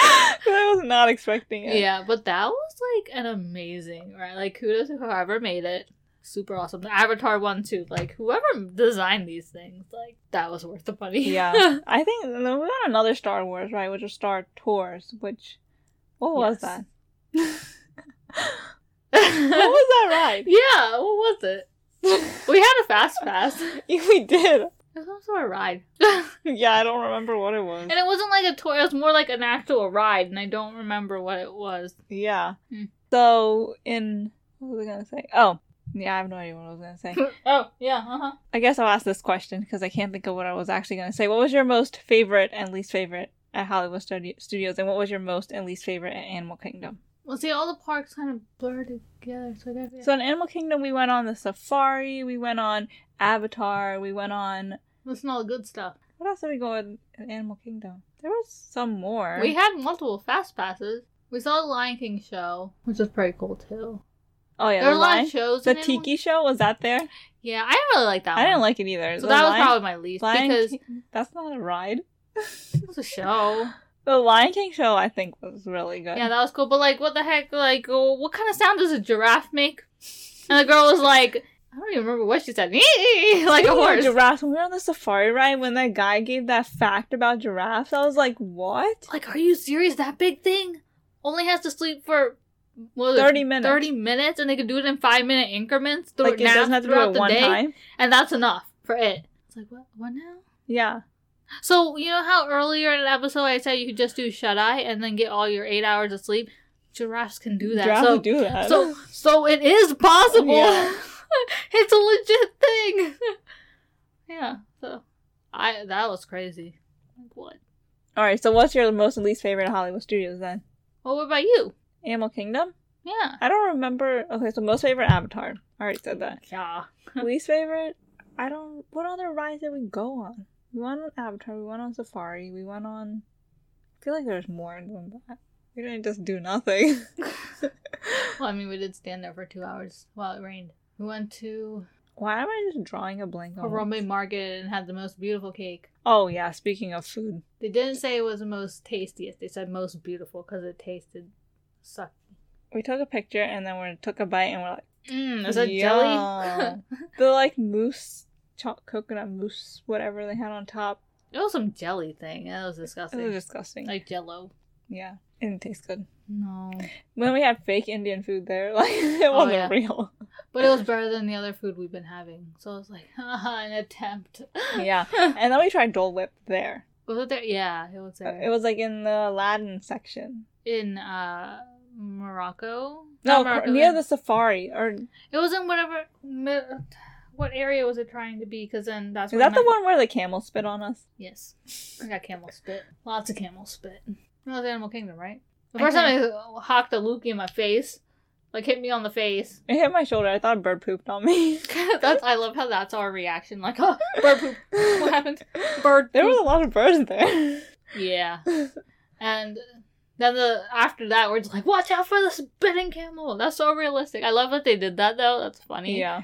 [SPEAKER 2] I was not expecting it.
[SPEAKER 3] Yeah, but that was like an amazing, right? Like kudos to whoever made it. Super awesome. The Avatar one too. Like whoever designed these things, like that was worth the money.
[SPEAKER 2] Yeah. I think and then we got another Star Wars, right? Which was Star Tours. Which, what was
[SPEAKER 3] Yes.
[SPEAKER 2] that? What
[SPEAKER 3] yeah.
[SPEAKER 2] was that ride?
[SPEAKER 3] What was it? We had a fast pass. It
[SPEAKER 2] we did.
[SPEAKER 3] was also a ride, and
[SPEAKER 2] Yeah, I don't remember what it was.
[SPEAKER 3] it wasn't like a toy. It was more like an actual ride, and I don't remember what it was.
[SPEAKER 2] Yeah.
[SPEAKER 3] Hmm.
[SPEAKER 2] So in what was I gonna say? Oh, yeah, I have no idea what I was gonna say.
[SPEAKER 3] oh yeah, uh huh.
[SPEAKER 2] I guess I'll ask this question because I can't think of what I was actually going to say. What was your most favorite and least favorite at Hollywood Studi- Studios, and what was your most and least favorite at Animal Kingdom?
[SPEAKER 3] Well, see, all the parks kind of blur together, so I gotta-
[SPEAKER 2] So in Animal Kingdom, we went on the Safari, we went on Avatar, we went on.
[SPEAKER 3] that's not all the good stuff.
[SPEAKER 2] What else did we go on in Animal Kingdom? There was some more.
[SPEAKER 3] We had multiple fast passes. We saw the Lion King show, which was pretty cool too.
[SPEAKER 2] oh yeah,
[SPEAKER 3] there were a
[SPEAKER 2] the
[SPEAKER 3] lot
[SPEAKER 2] lion.
[SPEAKER 3] of shows.
[SPEAKER 2] The
[SPEAKER 3] in it.
[SPEAKER 2] Tiki show was that there?
[SPEAKER 3] Yeah, I didn't really like that.
[SPEAKER 2] I didn't
[SPEAKER 3] one.
[SPEAKER 2] like it either.
[SPEAKER 3] So
[SPEAKER 2] The
[SPEAKER 3] that was
[SPEAKER 2] Lion-
[SPEAKER 3] probably my least
[SPEAKER 2] Lion
[SPEAKER 3] because
[SPEAKER 2] King- that's not a ride.
[SPEAKER 3] it was a show.
[SPEAKER 2] The Lion King show, I think, was really good.
[SPEAKER 3] Yeah, that was cool. But like, what the heck? Like, oh, what kind of sound does a giraffe make? And the girl was like, I don't even remember what she said. like a
[SPEAKER 2] Speaking of
[SPEAKER 3] horse.
[SPEAKER 2] Giraffes. When we were on the safari ride, when that guy gave that fact about giraffes, I was like, "What?"
[SPEAKER 3] Like, are you serious? That big thing only has to sleep for what was it,
[SPEAKER 2] 30 minutes.
[SPEAKER 3] Thirty minutes, and they could do it in five minute increments. Through,
[SPEAKER 2] like it doesn't have to do it
[SPEAKER 3] the
[SPEAKER 2] one
[SPEAKER 3] day.
[SPEAKER 2] time.
[SPEAKER 3] and that's enough for it. It's like what? What now?
[SPEAKER 2] Yeah,
[SPEAKER 3] So you know how earlier in the episode I said you could just do shut eye and then get all your eight hours of sleep. Giraffes can do that.
[SPEAKER 2] giraffes
[SPEAKER 3] so
[SPEAKER 2] do that.
[SPEAKER 3] so so it is possible.
[SPEAKER 2] Yeah.
[SPEAKER 3] it's a legit thing. yeah. So I that was crazy. Like what?
[SPEAKER 2] all right. So what's your most and least favorite Hollywood Studios then?
[SPEAKER 3] Well, what about you?
[SPEAKER 2] Animal Kingdom.
[SPEAKER 3] Yeah.
[SPEAKER 2] I don't remember. Okay, so most favorite Avatar. I already said that.
[SPEAKER 3] Yeah.
[SPEAKER 2] Least favorite. I don't. What other rides did we go on? We went on Avatar. We went on Safari. We went on. I feel like there's more than that. We didn't just do nothing.
[SPEAKER 3] Well, I mean, we did stand there for two hours while it rained. We went to
[SPEAKER 2] Why am I just drawing a blank on
[SPEAKER 3] Harambe Market and had the most beautiful cake.
[SPEAKER 2] Oh yeah, speaking of food.
[SPEAKER 3] They didn't say it was the most tastiest. They said most beautiful because it tasted sucky.
[SPEAKER 2] We took a picture and then we took a bite and we're like
[SPEAKER 3] Mm,
[SPEAKER 2] Yum. the like mousse cho- coconut mousse whatever they had on top.
[SPEAKER 3] it was some jelly thing. That was
[SPEAKER 2] It
[SPEAKER 3] disgusting.
[SPEAKER 2] was disgusting.
[SPEAKER 3] Like jello.
[SPEAKER 2] yeah. It didn't taste good.
[SPEAKER 3] No.
[SPEAKER 2] When we had fake Indian food there, like it
[SPEAKER 3] Oh,
[SPEAKER 2] wasn't
[SPEAKER 3] yeah.
[SPEAKER 2] real.
[SPEAKER 3] But it was better than the other food we've been having. So I was like, haha, an attempt.
[SPEAKER 2] Yeah. And then we tried Dole Whip there.
[SPEAKER 3] was it there? Yeah, it was there.
[SPEAKER 2] Uh, It was like in the Aladdin section.
[SPEAKER 3] in uh Morocco.
[SPEAKER 2] No,
[SPEAKER 3] Not Morocco,
[SPEAKER 2] cr- near
[SPEAKER 3] in-
[SPEAKER 2] the safari. Or is
[SPEAKER 3] It was in whatever. mi- What area was it trying to be? Because then that's
[SPEAKER 2] that the
[SPEAKER 3] my-
[SPEAKER 2] one where the camel spit on us?
[SPEAKER 3] Yes, I got camel spit. Lots of camel spit. That was Animal Kingdom, right? The
[SPEAKER 2] I
[SPEAKER 3] first time I hocked a lookie in my face, like hit me on the face.
[SPEAKER 2] It hit my shoulder. I thought a bird pooped on me.
[SPEAKER 3] that's I love how that's our reaction. Like, oh, bird poop. What happened? Bird.
[SPEAKER 2] There
[SPEAKER 3] poop.
[SPEAKER 2] was a lot of birds there.
[SPEAKER 3] Yeah. And then the after that, we're just like, watch out for the spitting camel. That's so realistic. I love that they did that though. That's funny.
[SPEAKER 2] Yeah.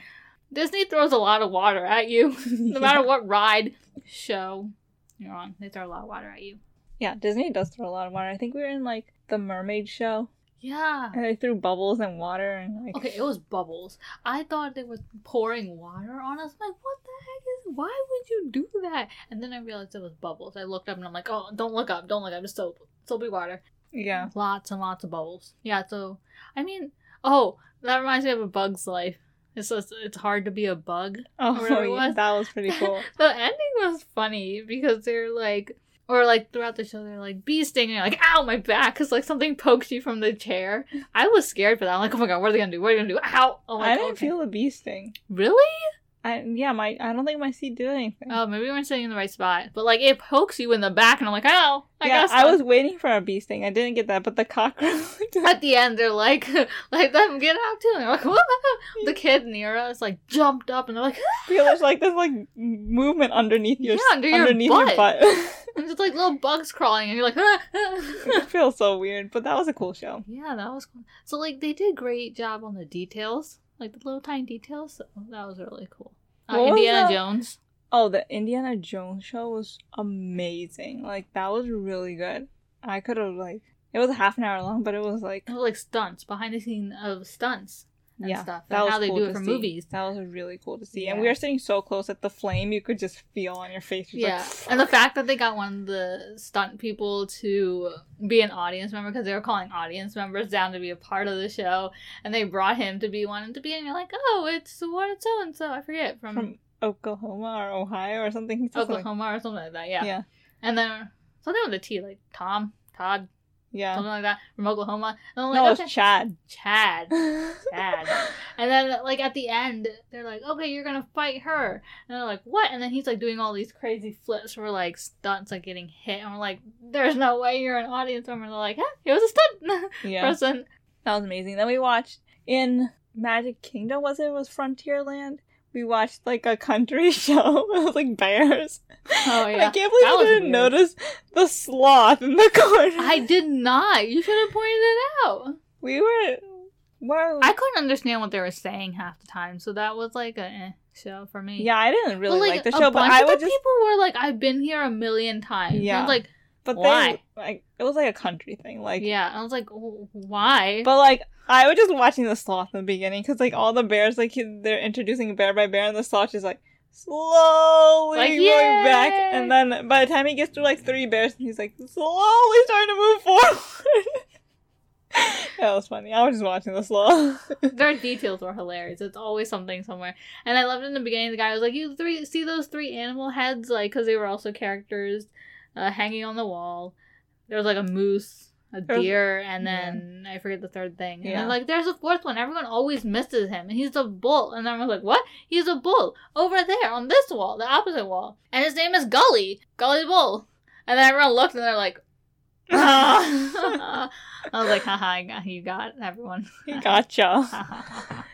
[SPEAKER 3] Disney throws a lot of water at you, no matter what ride, show you're on. They throw a lot of water at you.
[SPEAKER 2] Yeah, Disney does throw a lot of water. I think we were in like the mermaid show
[SPEAKER 3] Yeah.
[SPEAKER 2] and they threw bubbles and water and like
[SPEAKER 3] Okay, it was bubbles. I thought they were pouring water on us. I'm like, what the heck is? Why would you do that? And then I realized it was bubbles. I looked up and I'm like, oh, don't look up, don't look up. It's soap, soapy water.
[SPEAKER 2] Yeah.
[SPEAKER 3] Lots and lots of bubbles. Yeah, so I mean, oh, that reminds me of a bug's life. It's just, it's hard to be a bug.
[SPEAKER 2] Oh
[SPEAKER 3] Whatever it
[SPEAKER 2] yeah,
[SPEAKER 3] was.
[SPEAKER 2] that was pretty cool.
[SPEAKER 3] the ending was funny because they're like or like throughout the show they're like bee sting and you're like ow my back because like something pokes you from the chair i was scared for that i'm like oh my god what are they gonna do what are they gonna do ow oh my
[SPEAKER 2] I didn't
[SPEAKER 3] god
[SPEAKER 2] feel the bee sting.
[SPEAKER 3] really
[SPEAKER 2] I yeah, my I don't think my seat did anything.
[SPEAKER 3] oh maybe we weren't sitting in the right spot but like it pokes you in the back and i'm like ow i
[SPEAKER 2] yeah,
[SPEAKER 3] guess
[SPEAKER 2] I was waiting for a bee sting. I didn't get that, but the cockroach.
[SPEAKER 3] at the end they're like like them get out too and they're like what? the kid near us like jumped up and they're like
[SPEAKER 2] feel there's like this like movement underneath your
[SPEAKER 3] Yeah,
[SPEAKER 2] s-
[SPEAKER 3] under your
[SPEAKER 2] underneath
[SPEAKER 3] butt.
[SPEAKER 2] your butt.
[SPEAKER 3] and just like little bugs crawling and you're like
[SPEAKER 2] it feels so weird, but that was a cool show.
[SPEAKER 3] Yeah, that was cool. So like they did a great job on the details, like the little tiny details. So that was really cool. Uh,
[SPEAKER 2] What was
[SPEAKER 3] Indiana
[SPEAKER 2] that?
[SPEAKER 3] Jones.
[SPEAKER 2] Oh, the Indiana Jones show was amazing. Like that was really good. I could have like it was half an hour long, but it was like
[SPEAKER 3] It was like stunts, behind the scene of stunts and
[SPEAKER 2] yeah,
[SPEAKER 3] stuff,
[SPEAKER 2] that
[SPEAKER 3] and
[SPEAKER 2] was
[SPEAKER 3] how they
[SPEAKER 2] cool
[SPEAKER 3] do
[SPEAKER 2] to
[SPEAKER 3] it for
[SPEAKER 2] see.
[SPEAKER 3] movies.
[SPEAKER 2] That was really cool to see. And
[SPEAKER 3] Yeah.
[SPEAKER 2] we were sitting so close that the flame you could just feel on your face. It was
[SPEAKER 3] Yeah,
[SPEAKER 2] like,
[SPEAKER 3] and the fact that they got one of the stunt people to be an audience member because they were calling audience members down to be a part of the show, and they brought him to be one and to be, and you're like, oh, it's what so and so, I forget from,
[SPEAKER 2] from Oklahoma or Ohio or something. He said something.
[SPEAKER 3] Oklahoma or something like that, yeah.
[SPEAKER 2] Yeah. yeah,
[SPEAKER 3] And then something with a T, like Tom, Todd, something like that from Oklahoma. And I'm like,
[SPEAKER 2] no, it
[SPEAKER 3] okay,
[SPEAKER 2] was Chad.
[SPEAKER 3] Chad, Chad. And then like at the end, they're like, okay, you're gonna fight her. And they're like, what? And then he's like doing all these crazy flips for like stunts, like getting hit. And we're like, there's no way you're an audience member. And they're like, huh? It was a stunt
[SPEAKER 2] yeah,
[SPEAKER 3] person.
[SPEAKER 2] that was amazing. Then we watched in Magic Kingdom. Was it? it was Frontierland? We watched like a country show. It was like bears.
[SPEAKER 3] Oh
[SPEAKER 2] I
[SPEAKER 3] yeah.
[SPEAKER 2] can't believe
[SPEAKER 3] That
[SPEAKER 2] I
[SPEAKER 3] was
[SPEAKER 2] didn't
[SPEAKER 3] weird.
[SPEAKER 2] notice the sloth in the corner.
[SPEAKER 3] I did not. You should have pointed it out.
[SPEAKER 2] we were. Wow.
[SPEAKER 3] I couldn't understand what they were saying half the time, so that was like a eh, show for me.
[SPEAKER 2] yeah, I didn't really
[SPEAKER 3] But,
[SPEAKER 2] like, the
[SPEAKER 3] a
[SPEAKER 2] show, but
[SPEAKER 3] bunch
[SPEAKER 2] I
[SPEAKER 3] of
[SPEAKER 2] would
[SPEAKER 3] the
[SPEAKER 2] just.
[SPEAKER 3] people were like, "I've been here a million times." Yeah,
[SPEAKER 2] Yeah.
[SPEAKER 3] like,
[SPEAKER 2] But
[SPEAKER 3] Why?
[SPEAKER 2] they like it was like a country thing, like
[SPEAKER 3] yeah. I was like, "Wh- why?
[SPEAKER 2] But like I was just watching the sloth in the beginning because like all the bears like he- they're introducing bear by bear and the sloth is like slowly
[SPEAKER 3] Like,
[SPEAKER 2] going back
[SPEAKER 3] yay!
[SPEAKER 2] and then by the time he gets through like three bears he's like slowly starting to move forward. that was funny. I was just watching the sloth.
[SPEAKER 3] Their details were hilarious. It's always something somewhere. And I loved in the beginning. The guy was like, "You three see those three animal heads? Like, because they were also characters uh, hanging on the wall. There was like a moose." A
[SPEAKER 2] There was-
[SPEAKER 3] deer, and then I forget the third thing. And
[SPEAKER 2] Yeah.
[SPEAKER 3] then, like, there's a fourth one. Everyone always misses him, and he's a bull. And I was like, "What? He's a bull over there on this wall, the opposite wall, and his name is Gully, Gully the bull." And then everyone looked, and they're like, "I was like, haha, I got, you got everyone."
[SPEAKER 2] he gotcha.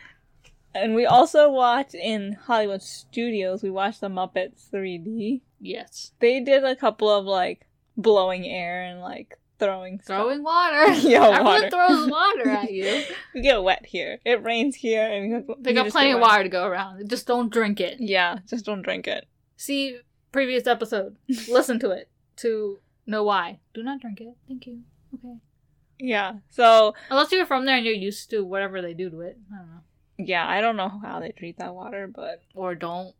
[SPEAKER 2] And we also watched in Hollywood Studios. We watched the Muppets 3D.
[SPEAKER 3] yes.
[SPEAKER 2] They did a couple of like blowing air and like throwing stuff.
[SPEAKER 3] Throwing water.
[SPEAKER 2] Yeah,
[SPEAKER 3] Everyone
[SPEAKER 2] water.
[SPEAKER 3] throws water at you.
[SPEAKER 2] You get wet here. It rains here, and you,
[SPEAKER 3] They
[SPEAKER 2] you
[SPEAKER 3] got
[SPEAKER 2] just
[SPEAKER 3] plenty
[SPEAKER 2] get
[SPEAKER 3] of
[SPEAKER 2] wet.
[SPEAKER 3] water to go around. Just don't drink it.
[SPEAKER 2] Yeah, just don't drink it.
[SPEAKER 3] See previous episode. Listen to it to know why. Do not drink it. Thank you. Okay.
[SPEAKER 2] Yeah. So
[SPEAKER 3] Unless you're from there and you're used to whatever they do to it. I don't know.
[SPEAKER 2] yeah, I don't know how they treat that water, but
[SPEAKER 3] Or don't.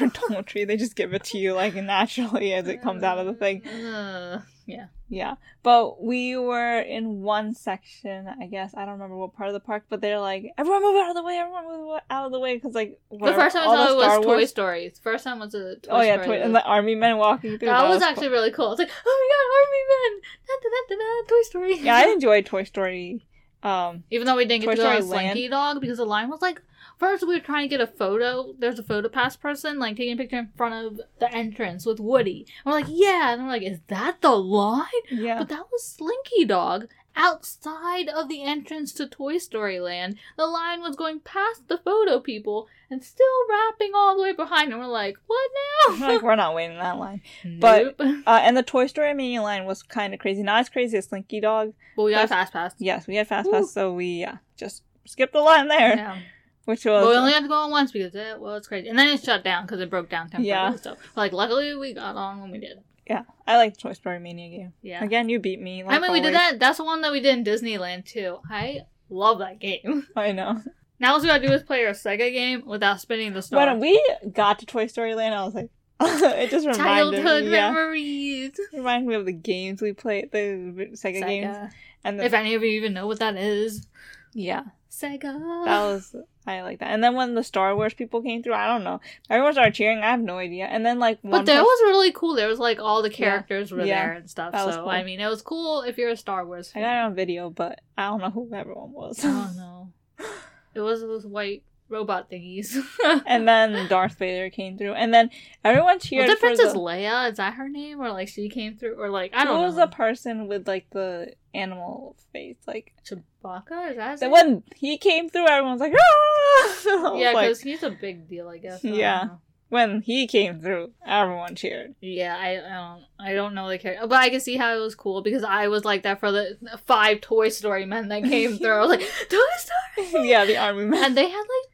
[SPEAKER 2] or don't treat. They just give it to you like naturally as it comes out of the thing.
[SPEAKER 3] Uh, yeah.
[SPEAKER 2] Yeah. But we were in one section, I guess. I don't remember what part of the park, but they're like, everyone move out of the way, everyone move wa- out of the way. Because, like,
[SPEAKER 3] The
[SPEAKER 2] whatever-
[SPEAKER 3] first time I
[SPEAKER 2] all
[SPEAKER 3] saw it
[SPEAKER 2] Star
[SPEAKER 3] was Toy
[SPEAKER 2] Wars-
[SPEAKER 3] Story. The first time was a Toy
[SPEAKER 2] Oh, yeah,
[SPEAKER 3] Story.
[SPEAKER 2] Toy- and the army men walking through.
[SPEAKER 3] that, was,
[SPEAKER 2] cool.
[SPEAKER 3] actually really cool. It's like, oh my god, Army Man, da, da, da, da, da, Toy Story.
[SPEAKER 2] Yeah, I enjoyed Toy Story. Um,
[SPEAKER 3] Even though we didn't
[SPEAKER 2] Toy
[SPEAKER 3] get to go
[SPEAKER 2] Story
[SPEAKER 3] on Slinky Dog because the line was like, first we were trying to get a photo. There's a photo pass person like taking a picture in front of the entrance with Woody. And we're like, yeah, and we're like, is that the line?
[SPEAKER 2] yeah.
[SPEAKER 3] But that was Slinky Dog outside of the entrance to Toy Story Land. The line was going past the photo people and still wrapping all the way behind. And we're like, what now?
[SPEAKER 2] like, we're not waiting in that line. But-
[SPEAKER 3] Nope.
[SPEAKER 2] Uh, and the Toy Story mini line was kind of crazy. Not as crazy as Slinky Dog.
[SPEAKER 3] but we got a
[SPEAKER 2] that's-
[SPEAKER 3] fast pass.
[SPEAKER 2] Yes, we had Fast
[SPEAKER 3] Woo.
[SPEAKER 2] Pass, so we yeah, just skipped the line there,
[SPEAKER 3] Yeah.
[SPEAKER 2] which
[SPEAKER 3] But we
[SPEAKER 2] was.
[SPEAKER 3] only had to go on once because it was crazy. And then it shut down because it broke down temporarily.
[SPEAKER 2] Yeah.
[SPEAKER 3] So, like, luckily we got on when we did.
[SPEAKER 2] Yeah, I like Toy Story Mania game.
[SPEAKER 3] Yeah.
[SPEAKER 2] Again, you beat me.
[SPEAKER 3] I
[SPEAKER 2] like
[SPEAKER 3] mean, we did
[SPEAKER 2] always.
[SPEAKER 3] that. That's the one that we did in Disneyland, too. I love that game.
[SPEAKER 2] I know.
[SPEAKER 3] Now, what we gotta do is play our Sega game without spinning the star.
[SPEAKER 2] When we got to Toy Story Land, I was like, it just reminded
[SPEAKER 3] Childhood
[SPEAKER 2] me. Yeah,
[SPEAKER 3] memories.
[SPEAKER 2] reminded me of the games we played, the Sega,
[SPEAKER 3] Sega.
[SPEAKER 2] games, and the,
[SPEAKER 3] If any of you even know what that is,
[SPEAKER 2] yeah,
[SPEAKER 3] Sega.
[SPEAKER 2] that was I like that. And then when the Star Wars people came through, I don't know, everyone started cheering. I have no idea. And then like, one
[SPEAKER 3] but that
[SPEAKER 2] person-
[SPEAKER 3] was really cool. There was like all the characters were
[SPEAKER 2] Yeah.
[SPEAKER 3] there and stuff.
[SPEAKER 2] That was
[SPEAKER 3] So
[SPEAKER 2] cool.
[SPEAKER 3] I mean, it was cool if you're a Star Wars
[SPEAKER 2] I
[SPEAKER 3] fan.
[SPEAKER 2] got it on video, but I don't know who everyone was.
[SPEAKER 3] Oh no. It was those white robot thingies.
[SPEAKER 2] and then Darth Vader came through, and then everyone
[SPEAKER 3] was
[SPEAKER 2] cheered
[SPEAKER 3] it
[SPEAKER 2] for
[SPEAKER 3] Princess
[SPEAKER 2] the.
[SPEAKER 3] Leia? Is that her name? Or like she came through or like I
[SPEAKER 2] who
[SPEAKER 3] don't
[SPEAKER 2] was
[SPEAKER 3] know.
[SPEAKER 2] the person with like the animal face? Like
[SPEAKER 3] Chewbacca? Is that his
[SPEAKER 2] the
[SPEAKER 3] name?
[SPEAKER 2] when he came through, everyone was like, "Ah!" I was
[SPEAKER 3] Yeah,
[SPEAKER 2] like-
[SPEAKER 3] because he's a big deal, I guess. I don't
[SPEAKER 2] Yeah.
[SPEAKER 3] know.
[SPEAKER 2] when he came through, everyone cheered.
[SPEAKER 3] Yeah, I, I don't I don't know the character, but I can see how it was cool because I was like that for the five Toy Story men that came through. I was like Toy Story,
[SPEAKER 2] yeah, the army man.
[SPEAKER 3] and they had like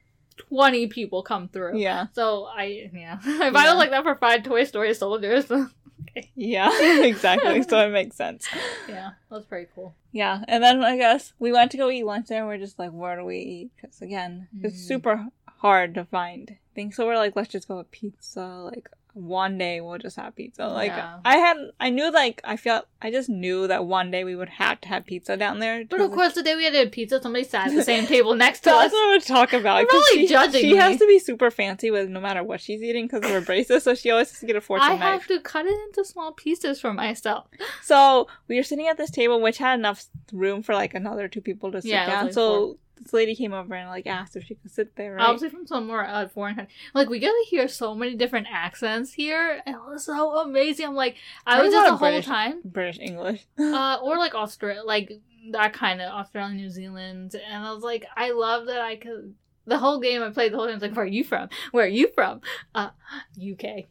[SPEAKER 3] twenty people come through.
[SPEAKER 2] Yeah,
[SPEAKER 3] So I yeah, if I
[SPEAKER 2] Yeah.
[SPEAKER 3] was like that for five Toy Story soldiers,
[SPEAKER 2] yeah, exactly. so it makes sense.
[SPEAKER 3] yeah, that was pretty cool.
[SPEAKER 2] Yeah, and then I guess we went to go eat lunch there, and we're just like, where do we eat? Because again, it's
[SPEAKER 3] Mhm.
[SPEAKER 2] super hard to find things. So we're like, let's just go with pizza. Like one day we'll just have pizza. Like
[SPEAKER 3] Yeah.
[SPEAKER 2] I had, I knew like I felt, I just knew that one day we would have to have pizza down there.
[SPEAKER 3] But of
[SPEAKER 2] because-
[SPEAKER 3] course, the day we had a pizza, somebody sat at the same table next to us.
[SPEAKER 2] That's what we talk about.
[SPEAKER 3] You're
[SPEAKER 2] 'cause
[SPEAKER 3] really
[SPEAKER 2] she,
[SPEAKER 3] judging
[SPEAKER 2] She
[SPEAKER 3] me.
[SPEAKER 2] has to be super fancy with no matter what she's eating because we're braces, so she always has to get a fork
[SPEAKER 3] I
[SPEAKER 2] and knife.
[SPEAKER 3] have to cut it into small pieces for myself.
[SPEAKER 2] So we were sitting at this table, which had enough room for like another two people to sit
[SPEAKER 3] Yeah, it was
[SPEAKER 2] down.
[SPEAKER 3] like
[SPEAKER 2] so this lady came over and like asked if she could sit there. Right?
[SPEAKER 3] Obviously from somewhere uh, foreign country. Like we get to hear so many different accents here. and It was so amazing. I'm like, I was
[SPEAKER 2] There's
[SPEAKER 3] just
[SPEAKER 2] a lot
[SPEAKER 3] the
[SPEAKER 2] of
[SPEAKER 3] whole
[SPEAKER 2] British-
[SPEAKER 3] time,
[SPEAKER 2] British English.
[SPEAKER 3] uh, or like Australia, like that kind of Australia, New Zealand, and I was like, I love that I could. The whole game I played, the whole time, I was like, "Where are you from? Where are you from? Uh, UK."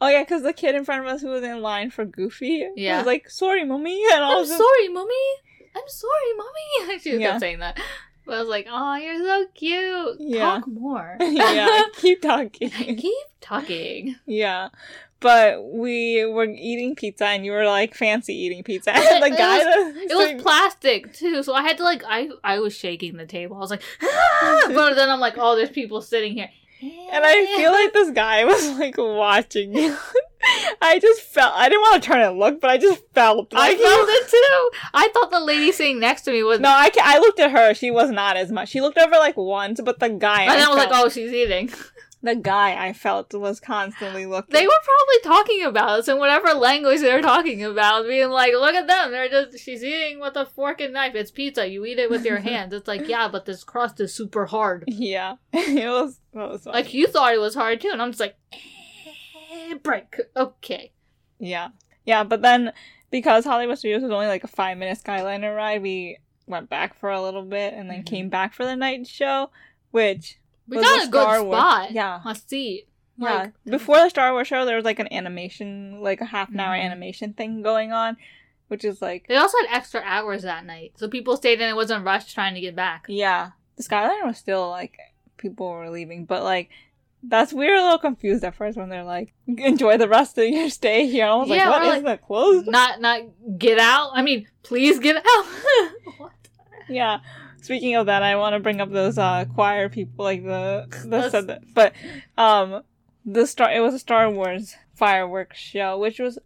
[SPEAKER 2] Oh yeah, because the kid in front of us who was in line for Goofy,
[SPEAKER 3] Yeah.
[SPEAKER 2] was like, "Sorry, mommy," and I
[SPEAKER 3] I'm
[SPEAKER 2] was just,
[SPEAKER 3] sorry, mommy. I'm sorry, mommy. she
[SPEAKER 2] Yeah.
[SPEAKER 3] kept saying that, but I was like, "Oh, you're so cute.
[SPEAKER 2] Yeah.
[SPEAKER 3] Talk more.
[SPEAKER 2] yeah, keep talking.
[SPEAKER 3] Keep talking."
[SPEAKER 2] yeah, but we were eating pizza, and you were like fancy eating pizza.
[SPEAKER 3] But
[SPEAKER 2] And the
[SPEAKER 3] it
[SPEAKER 2] guy,
[SPEAKER 3] It was plastic too, so I had to like I I was shaking the table. I was like, "Ah!" but then I'm like, oh, there's people sitting here,
[SPEAKER 2] and I feel like this guy was like watching you. I just felt. I didn't want to turn and look, but I just felt.
[SPEAKER 3] I
[SPEAKER 2] Like he
[SPEAKER 3] felt it too. I thought the lady sitting next to me was
[SPEAKER 2] No, I ca I looked at her. She was not as much. She looked over like once, but the guy.
[SPEAKER 3] and then I was like,
[SPEAKER 2] felt-
[SPEAKER 3] oh, she's eating.
[SPEAKER 2] the guy I felt was constantly looking.
[SPEAKER 3] They were probably talking about us in whatever language they were talking about, being like, look at them. They're just she's eating with a fork and knife. It's pizza. You eat it with your hands. It's like yeah, but this crust is super hard.
[SPEAKER 2] Yeah, it was. It was funny.
[SPEAKER 3] Like you thought it was hard too, and I'm just like, "Eh, break. Okay.
[SPEAKER 2] yeah, yeah. But then because Hollywood Studios was only like a five minute Skyliner ride, we went back for a little bit and then
[SPEAKER 3] Mhm.
[SPEAKER 2] came back for the night show, which
[SPEAKER 3] We
[SPEAKER 2] was
[SPEAKER 3] got
[SPEAKER 2] the
[SPEAKER 3] a good
[SPEAKER 2] Star Wars-
[SPEAKER 3] spot.
[SPEAKER 2] Yeah.
[SPEAKER 3] A seat.
[SPEAKER 2] Yeah,
[SPEAKER 3] Like,
[SPEAKER 2] before the Star Wars show, there was like an animation, like a half an hour
[SPEAKER 3] Mhm.
[SPEAKER 2] animation thing going on, which is like
[SPEAKER 3] They also had extra hours that night, so people stayed and it wasn't rushed trying to get back.
[SPEAKER 2] yeah, the skyline was still like people were leaving, but like that's we were a little confused at first when they're like enjoy the rest of your stay here. I was
[SPEAKER 3] Yeah,
[SPEAKER 2] like,
[SPEAKER 3] we're
[SPEAKER 2] what is that closed?
[SPEAKER 3] Not not get out. I mean, please get out. What?
[SPEAKER 2] Yeah. Speaking of that, I want to bring up those uh, choir people, like the the
[SPEAKER 3] Let's-
[SPEAKER 2] said that. But um, the star it was a Star Wars fireworks show, which was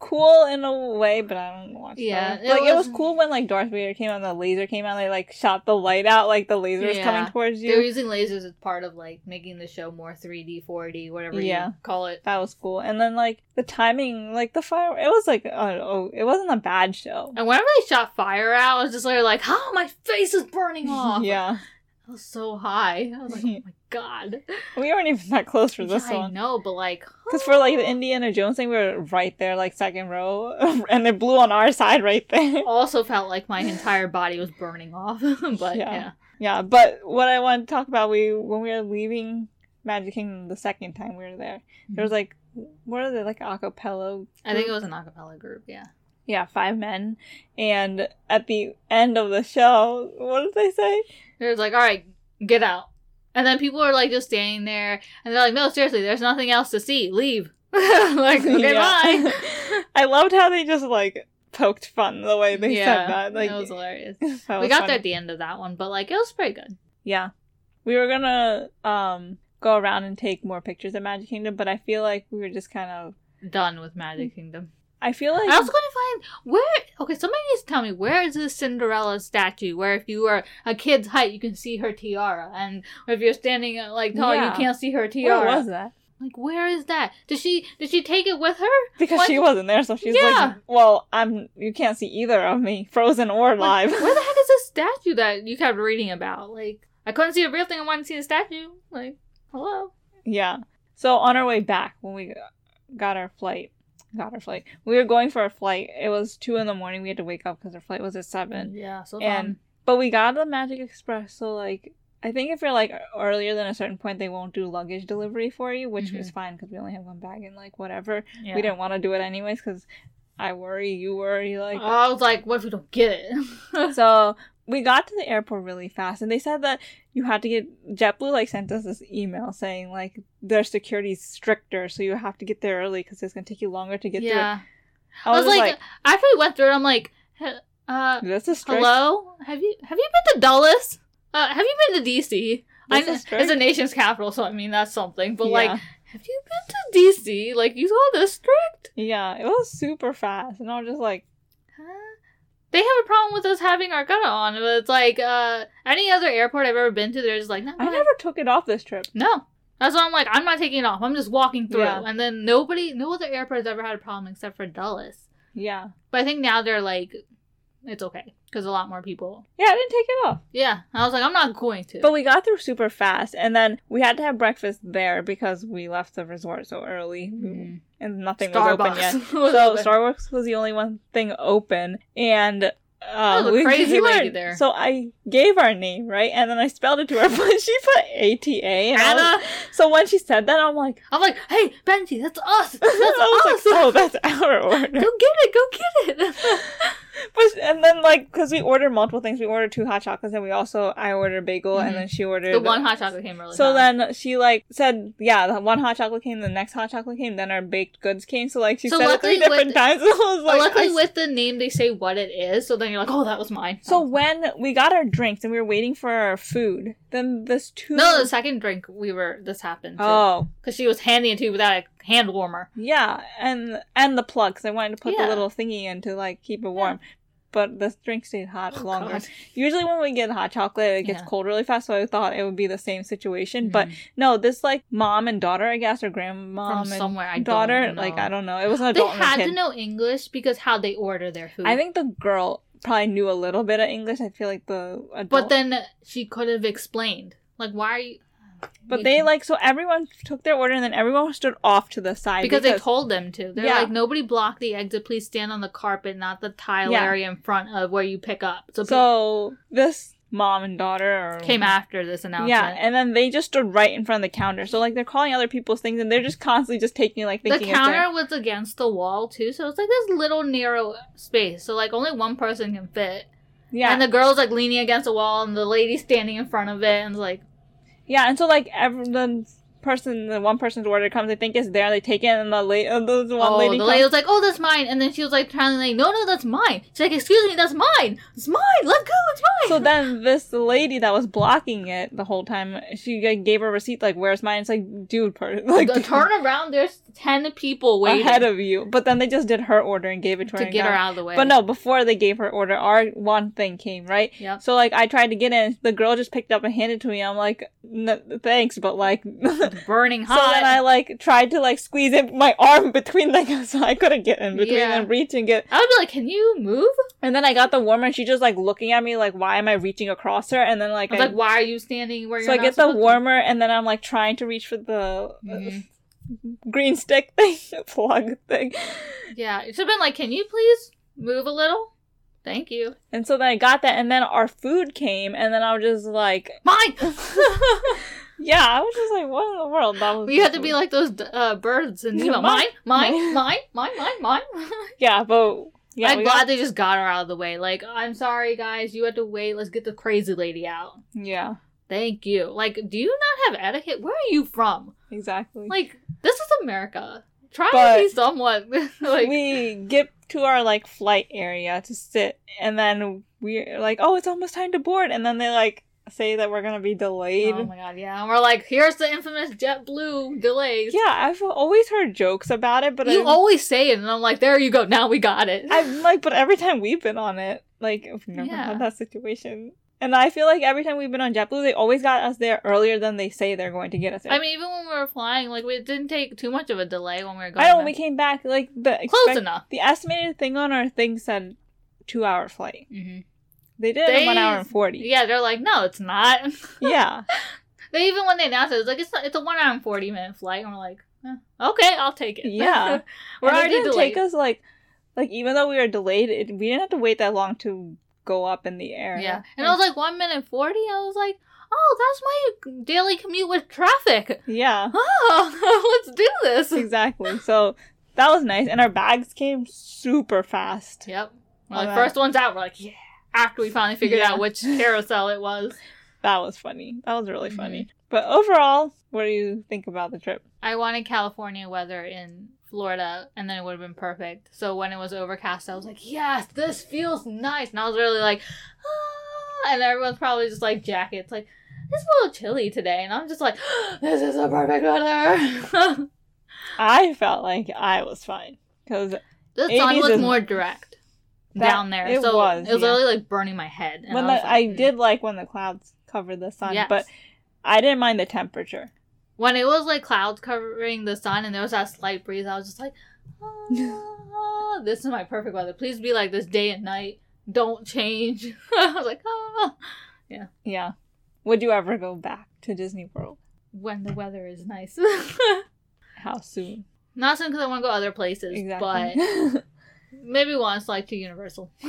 [SPEAKER 2] cool in a way, but I don't watch.
[SPEAKER 3] Yeah, it
[SPEAKER 2] Star Wars. like it was
[SPEAKER 3] was-
[SPEAKER 2] cool when like Darth Vader came out, and the laser came out, and they like shot the light out, like the laser was coming
[SPEAKER 3] Yeah.
[SPEAKER 2] towards
[SPEAKER 3] They were
[SPEAKER 2] you.
[SPEAKER 3] using lasers as part of like making the show more 3D, 4D, whatever
[SPEAKER 2] Yeah.
[SPEAKER 3] you call it.
[SPEAKER 2] That was cool, and then like the timing, like the fire, it was like uh, oh, it wasn't a bad show.
[SPEAKER 3] And whenever they shot fire out, I was just literally like, "Oh, my face is burning off."
[SPEAKER 2] Yeah,
[SPEAKER 3] I was so high. I was like, "Oh my god."
[SPEAKER 2] we weren't even that close for this
[SPEAKER 3] Yeah, I
[SPEAKER 2] one.
[SPEAKER 3] know, but like,
[SPEAKER 2] Because for like the Indiana Jones thing, we were right there, like second row, and it blew on our side right there.
[SPEAKER 3] also felt like my entire body was burning off. but
[SPEAKER 2] Yeah.
[SPEAKER 3] yeah.
[SPEAKER 2] Yeah, but what I want to talk about, we when we were leaving Magic Kingdom the second time we were there, there was like, what are they like a cappella?
[SPEAKER 3] Mm-hmm. I think it was an acapella group. Yeah,
[SPEAKER 2] Yeah, five men, and at the end of the show, what did they say?
[SPEAKER 3] they was like, "All right, get out," and then people are like just standing there, and they're like, "No, seriously, there's nothing else to see. Leave." like, okay,
[SPEAKER 2] Yeah.
[SPEAKER 3] bye.
[SPEAKER 2] I loved how they just like poked fun the way they said that. Like,
[SPEAKER 3] it was hilarious.
[SPEAKER 2] that
[SPEAKER 3] we
[SPEAKER 2] was
[SPEAKER 3] got
[SPEAKER 2] funny.
[SPEAKER 3] there at the end of that one, but like, it was pretty good.
[SPEAKER 2] Yeah. We were gonna um go around and take more pictures of Magic Kingdom, but I feel like we were just kind of
[SPEAKER 3] Done with Magic Kingdom.
[SPEAKER 2] I feel like
[SPEAKER 3] I was going to find where. Okay, somebody needs to tell me where is the Cinderella statue? Where if you are a kid's height, you can see her tiara, and if you're standing uh, like tall,
[SPEAKER 2] Yeah.
[SPEAKER 3] you can't see her tiara.
[SPEAKER 2] where was that?
[SPEAKER 3] Like, where is that? Did she did she take it with her?
[SPEAKER 2] Because
[SPEAKER 3] What?
[SPEAKER 2] she wasn't there, so she's like,
[SPEAKER 3] Yeah.
[SPEAKER 2] "Well, I'm. You can't see either of me, frozen or
[SPEAKER 3] Like,
[SPEAKER 2] live."
[SPEAKER 3] where the heck is this statue that you kept reading about? Like, I couldn't see a real thing. I wanted to see the statue. Like, hello.
[SPEAKER 2] yeah. So on our way back, when we got our flight, got our flight, we were going for a flight. It was two in the morning. We had to wake up because our flight was at seven.
[SPEAKER 3] Yeah. So
[SPEAKER 2] And- But we got the Magic Express, so like I think if you're like earlier than a certain point, they won't do luggage delivery for you, which
[SPEAKER 3] Mhm.
[SPEAKER 2] is fine because we only have one bag and like whatever.
[SPEAKER 3] dumb. Yeah.
[SPEAKER 2] We didn't want to do it anyways because I worry, you worry, like.
[SPEAKER 3] I was like, what if we don't get it?
[SPEAKER 2] so we got to the airport really fast, and they said that you had to get JetBlue like sent us this email saying like their security's stricter, so you have to get there early because it's gonna take you longer to get there.
[SPEAKER 3] yeah. I was, like, after we went through it, I'm like, he- uh,
[SPEAKER 2] this is strict.
[SPEAKER 3] hello. Have you have you been to Dulles? Uh, have you been to DC? I
[SPEAKER 2] This is
[SPEAKER 3] kn- it's
[SPEAKER 2] strict.
[SPEAKER 3] a nation's capital, so I mean that's something. But
[SPEAKER 2] Yeah.
[SPEAKER 3] like, have you been to DC? Like, you saw this strict?
[SPEAKER 2] yeah, it was super fast, and I was just like.
[SPEAKER 3] Huh? They have a problem with us having our gun on. But it's like uh, any other airport I've ever been to, they're just like, no,
[SPEAKER 2] I
[SPEAKER 3] no,
[SPEAKER 2] never took it off this trip.
[SPEAKER 3] no. That's why I'm like, I'm not taking it off. I'm just walking through.
[SPEAKER 2] Yeah.
[SPEAKER 3] And then nobody, no other airport has ever had a problem except for Dulles.
[SPEAKER 2] Yeah.
[SPEAKER 3] But I think now they're like, it's okay because a lot more people.
[SPEAKER 2] Yeah, I didn't take it off.
[SPEAKER 3] Yeah, I was like, I'm not going to.
[SPEAKER 2] But we got through super fast, and then we had to have breakfast there because we left the resort so early,
[SPEAKER 3] Mhm.
[SPEAKER 2] and nothing was open
[SPEAKER 3] Starbucks
[SPEAKER 2] yet.
[SPEAKER 3] was
[SPEAKER 2] Hmm. so
[SPEAKER 3] open.
[SPEAKER 2] Starbucks was the only one thing open, and uh,
[SPEAKER 3] was a crazy
[SPEAKER 2] gave
[SPEAKER 3] lady
[SPEAKER 2] our-
[SPEAKER 3] there.
[SPEAKER 2] So I gave our name right, and then I spelled it to her, but she put A T A. And I was-
[SPEAKER 3] Anna,
[SPEAKER 2] so when she said that, I'm like,
[SPEAKER 3] I'm like, hey, Benji, that's us. That's
[SPEAKER 2] I was
[SPEAKER 3] us.
[SPEAKER 2] like, oh, that's our order.
[SPEAKER 3] go get it. Go get it.
[SPEAKER 2] But and then like because we ordered multiple things, we ordered two hot chocolates, and we also I ordered a bagel,
[SPEAKER 3] Mhm.
[SPEAKER 2] and then she ordered
[SPEAKER 3] the one hot chocolate came early.
[SPEAKER 2] So
[SPEAKER 3] on.
[SPEAKER 2] then she like said, yeah, the one hot chocolate came, the next hot chocolate came, then our baked goods came. So like she
[SPEAKER 3] So
[SPEAKER 2] said it
[SPEAKER 3] luckily
[SPEAKER 2] three different
[SPEAKER 3] with-
[SPEAKER 2] times. So I was
[SPEAKER 3] But
[SPEAKER 2] like,
[SPEAKER 3] luckily,
[SPEAKER 2] I-
[SPEAKER 3] with the name, they say what it is, so then you're like, "Oh, that was mine."
[SPEAKER 2] so when we got our drinks and we were waiting for our food, then this two.
[SPEAKER 3] no, the second drink we were this happened because
[SPEAKER 2] oh
[SPEAKER 3] she was handing it to you without a hand warmer.
[SPEAKER 2] yeah, and and the plug 'cause I wanted to put
[SPEAKER 3] Yeah.
[SPEAKER 2] the little thingy in to like keep it warm. But this drink stayed hot
[SPEAKER 3] Oh,
[SPEAKER 2] longer.
[SPEAKER 3] God.
[SPEAKER 2] Usually, when we get hot chocolate, it gets
[SPEAKER 3] Yeah. Mm-hmm.
[SPEAKER 2] cold really fast. So I thought it would be the same situation. But no, this like mom and daughter, I guess, or grandma
[SPEAKER 3] from
[SPEAKER 2] and
[SPEAKER 3] somewhere I
[SPEAKER 2] daughter.
[SPEAKER 3] don't know.
[SPEAKER 2] Like I don't know. It was an
[SPEAKER 3] They
[SPEAKER 2] adult. and a
[SPEAKER 3] had
[SPEAKER 2] kid.
[SPEAKER 3] to know English because how they order their food.
[SPEAKER 2] I think the girl probably knew a little bit of English. I feel like the adult,
[SPEAKER 3] but then she could have explained, like, why are you?
[SPEAKER 2] but
[SPEAKER 3] you-
[SPEAKER 2] they like so everyone took their order and then everyone stood off to the side
[SPEAKER 3] because, they told them to. They're
[SPEAKER 2] Yeah.
[SPEAKER 3] like, nobody block the exit. Please stand on the carpet, not the tile
[SPEAKER 2] Yeah.
[SPEAKER 3] area in front of where you pick up. So,
[SPEAKER 2] so this mom and daughter or
[SPEAKER 3] Came after this announcement.
[SPEAKER 2] Yeah, and then they just stood right in front of the counter. So like they're calling other people's things and they're just constantly just taking like
[SPEAKER 3] the
[SPEAKER 2] thinking it's their-
[SPEAKER 3] counter was against the wall too, so it's like this little narrow space. So like only one person can fit.
[SPEAKER 2] yeah.
[SPEAKER 3] And the girl's like leaning against the wall and the lady standing in front of it and like
[SPEAKER 2] Yeah, and so like every the person, the one person's order comes, they think it's there, they take it, and the lady, uh, the one
[SPEAKER 3] oh,
[SPEAKER 2] lady,
[SPEAKER 3] the
[SPEAKER 2] comes-
[SPEAKER 3] lady was like, "Oh, that's mine," and then she was like trying to like, "No, no, that's mine." She's like, "Excuse me, that's mine. It's mine. Let go. It's mine."
[SPEAKER 2] So then this lady that was blocking it the whole time, she like, gave her receipt like, "Where's mine?" It's like, dude, per- like
[SPEAKER 3] the turn around, there's ten people waiting
[SPEAKER 2] ahead of you. But then they just did her order and gave it to her
[SPEAKER 3] to
[SPEAKER 2] and
[SPEAKER 3] get
[SPEAKER 2] got-
[SPEAKER 3] her out of the way.
[SPEAKER 2] But no, before they gave her order, our one thing came right.
[SPEAKER 3] Yep.
[SPEAKER 2] So like I tried to get in, the girl just picked up and handed it to me. I'm like, N- thanks, but like. so
[SPEAKER 3] burning hot.
[SPEAKER 2] then I like tried to like squeeze it, my arm between like so I couldn't get in between
[SPEAKER 3] Yeah.
[SPEAKER 2] and reach and get
[SPEAKER 3] I would be like, "Can you move?"
[SPEAKER 2] And then I got the warmer, and she just like looking at me like, why am I reaching across her? And then like,
[SPEAKER 3] I was
[SPEAKER 2] I,
[SPEAKER 3] like, "Why are you standing where you're?"
[SPEAKER 2] so I
[SPEAKER 3] not
[SPEAKER 2] get the
[SPEAKER 3] supposed to?"
[SPEAKER 2] warmer, and then I'm like trying to reach for the uh,
[SPEAKER 3] Mhm.
[SPEAKER 2] green stick thing, plug thing.
[SPEAKER 3] Yeah, it should have been like, "Can you please move a little?" Thank you.
[SPEAKER 2] And so then I got that, and then our food came, and then I was just like,
[SPEAKER 3] Mine.
[SPEAKER 2] yeah, I was just like, what in the world? That was
[SPEAKER 3] you had to be like those uh, birds and Nemo. Mine,
[SPEAKER 2] Mine.
[SPEAKER 3] mine, mine, mine, mine, mine.
[SPEAKER 2] yeah, but yeah,
[SPEAKER 3] I'm
[SPEAKER 2] we
[SPEAKER 3] glad
[SPEAKER 2] got-
[SPEAKER 3] they just got her out of the way. Like, I'm sorry, guys, you had to wait. Let's get the crazy lady out.
[SPEAKER 2] yeah,
[SPEAKER 3] Thank you. Like, do you not have etiquette? Where are you from?
[SPEAKER 2] exactly.
[SPEAKER 3] Like, this is America. Try
[SPEAKER 2] But-
[SPEAKER 3] to be somewhat like.
[SPEAKER 2] we get to our like flight area to sit and then we're like oh it's almost time to board and then they like say that we're gonna be delayed
[SPEAKER 3] Oh my god, yeah. And we're like, here's the infamous JetBlue delays.
[SPEAKER 2] yeah i've always heard jokes about it but
[SPEAKER 3] you
[SPEAKER 2] I'm,
[SPEAKER 3] always say it, and I'm like, there you go. Now we got it.
[SPEAKER 2] I'm like but every time we've been on it like we've never
[SPEAKER 3] Yeah.
[SPEAKER 2] had that situation and i feel like every time we've been on jetblue they always got us there earlier than they say they're going to get us there
[SPEAKER 3] I mean, even when we were flying, like, we it didn't take too much of a delay when we were going.
[SPEAKER 2] i know
[SPEAKER 3] back.
[SPEAKER 2] when we came back like the
[SPEAKER 3] close
[SPEAKER 2] expect-
[SPEAKER 3] enough.
[SPEAKER 2] the estimated thing on our thing said two hour flight
[SPEAKER 3] hmm
[SPEAKER 2] they did it in one
[SPEAKER 3] They-
[SPEAKER 2] hour and 40
[SPEAKER 3] Yeah, they're like, no, it's not.
[SPEAKER 2] yeah
[SPEAKER 3] they even when they announced it, it's like it's not, it's a one hour and forty minute flight, and we're like, eh, okay, I'll take it.
[SPEAKER 2] Yeah.
[SPEAKER 3] we're
[SPEAKER 2] And it
[SPEAKER 3] already
[SPEAKER 2] didn't
[SPEAKER 3] delayed.
[SPEAKER 2] take us like like even though we were delayed, it, we didn't have to wait that long to go up in the air.
[SPEAKER 3] yeah, and I was like one minute forty. I was like, oh, that's my daily commute with traffic.
[SPEAKER 2] yeah,
[SPEAKER 3] Oh, let's do this.
[SPEAKER 2] exactly. So that was nice, and our bags came super fast.
[SPEAKER 3] Yep. We're
[SPEAKER 2] All
[SPEAKER 3] like,
[SPEAKER 2] right.
[SPEAKER 3] first one's out. We're like, yeah. After we finally figured
[SPEAKER 2] Yeah.
[SPEAKER 3] out which carousel it was,
[SPEAKER 2] That was funny. That was really funny.
[SPEAKER 3] Mm-hmm.
[SPEAKER 2] But overall, what do you think about the trip?
[SPEAKER 3] I wanted California weather in Florida, and then it would have been perfect. So when it was overcast, I was like, yes, this feels nice. And I was really like, ah. And everyone's probably just like jackets, like, it's a little chilly today. And I'm just like, this is the perfect weather.
[SPEAKER 2] I felt like I was fine because
[SPEAKER 3] the sun
[SPEAKER 2] 80s
[SPEAKER 3] was
[SPEAKER 2] is-
[SPEAKER 3] more direct
[SPEAKER 2] That-
[SPEAKER 3] down there.
[SPEAKER 2] it
[SPEAKER 3] so
[SPEAKER 2] was,
[SPEAKER 3] it was
[SPEAKER 2] yeah.
[SPEAKER 3] literally like burning my head. And
[SPEAKER 2] when
[SPEAKER 3] I, was
[SPEAKER 2] the,
[SPEAKER 3] like,
[SPEAKER 2] I
[SPEAKER 3] "Mm."
[SPEAKER 2] did like when the clouds covered the sun,
[SPEAKER 3] Yes.
[SPEAKER 2] but I didn't mind the temperature.
[SPEAKER 3] When it was like clouds covering the sun and there was that slight breeze, I was just like, ah, this is my perfect weather. Please be like this day and night. Don't change. I was like, ah,
[SPEAKER 2] Yeah. Would you ever go back to Disney World?
[SPEAKER 3] when the weather is nice.
[SPEAKER 2] How soon?
[SPEAKER 3] Not soon because I want to go other places, but maybe once, like to Universal.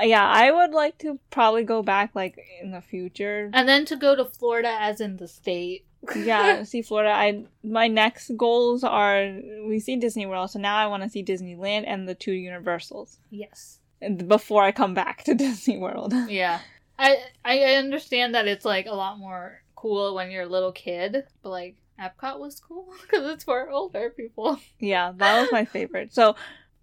[SPEAKER 2] Yeah, I would like to probably go back like in the future.
[SPEAKER 3] And then to go to Florida, as in the state.
[SPEAKER 2] yeah, see Florida. I my next goals are we see Disney World, so now I want to see Disneyland and the two Universals
[SPEAKER 3] Yes.
[SPEAKER 2] and before I come back to Disney World.
[SPEAKER 3] Yeah. I I I understand that it's like a lot more cool when you're a little kid, but like Epcot was cool because it's for older people.
[SPEAKER 2] yeah, that was my favorite. So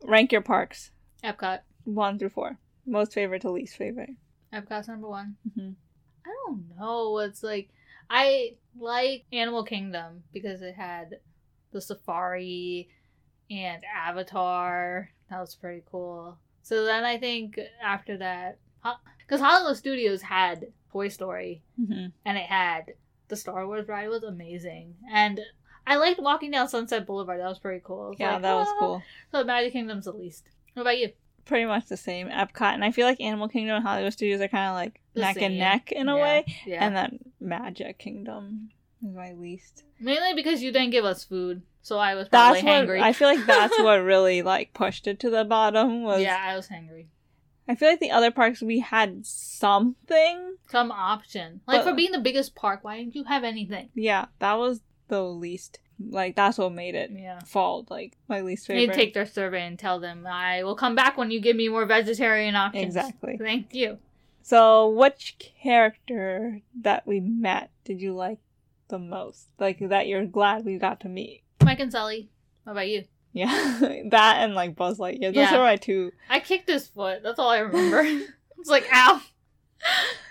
[SPEAKER 2] rank your parks
[SPEAKER 3] Epcot.
[SPEAKER 2] one through four, most favorite to least favorite.
[SPEAKER 3] Epcot's number one.
[SPEAKER 2] Mhm.
[SPEAKER 3] I don't know. It's like I like Animal Kingdom because it had the safari and Avatar. That was pretty cool. So then I think after that, because Hollywood Studios had Toy Story
[SPEAKER 2] Mm-hmm.
[SPEAKER 3] and it had the Star Wars ride was amazing, and I liked walking down Sunset Boulevard. That was pretty cool. It's
[SPEAKER 2] Yeah,
[SPEAKER 3] like,
[SPEAKER 2] that was
[SPEAKER 3] ah.
[SPEAKER 2] cool.
[SPEAKER 3] So Magic Kingdom's the least. What about you?
[SPEAKER 2] Pretty much the same Epcot, and I feel like Animal Kingdom and Hollywood Studios are kind of like
[SPEAKER 3] The
[SPEAKER 2] neck and
[SPEAKER 3] same.
[SPEAKER 2] neck in a
[SPEAKER 3] Yeah,
[SPEAKER 2] way,
[SPEAKER 3] Yeah.
[SPEAKER 2] and then Magic Kingdom is my least.
[SPEAKER 3] Mainly because you didn't give us food, so I was probably
[SPEAKER 2] that's what
[SPEAKER 3] hangry.
[SPEAKER 2] I feel like that's what really like pushed it to the bottom was
[SPEAKER 3] yeah, I was hangry.
[SPEAKER 2] I feel like the other parks we had something.
[SPEAKER 3] Some option. Like
[SPEAKER 2] But-
[SPEAKER 3] for being the biggest park, why didn't you have anything?
[SPEAKER 2] Yeah, that was the least. Like that's what made it
[SPEAKER 3] Yeah.
[SPEAKER 2] fall. Like my least
[SPEAKER 3] They
[SPEAKER 2] favorite.
[SPEAKER 3] take their survey and tell them, I will come back when you give me more vegetarian options.
[SPEAKER 2] Exactly.
[SPEAKER 3] Thank you.
[SPEAKER 2] So, which character that we met did you like the most? Like that you're glad we got to meet?
[SPEAKER 3] Mike and Sully, how about you?
[SPEAKER 2] Yeah, that and like Buzz Lightyear. Those
[SPEAKER 3] Yeah.
[SPEAKER 2] are my two.
[SPEAKER 3] I kicked his foot. That's all I remember. it's like, ow.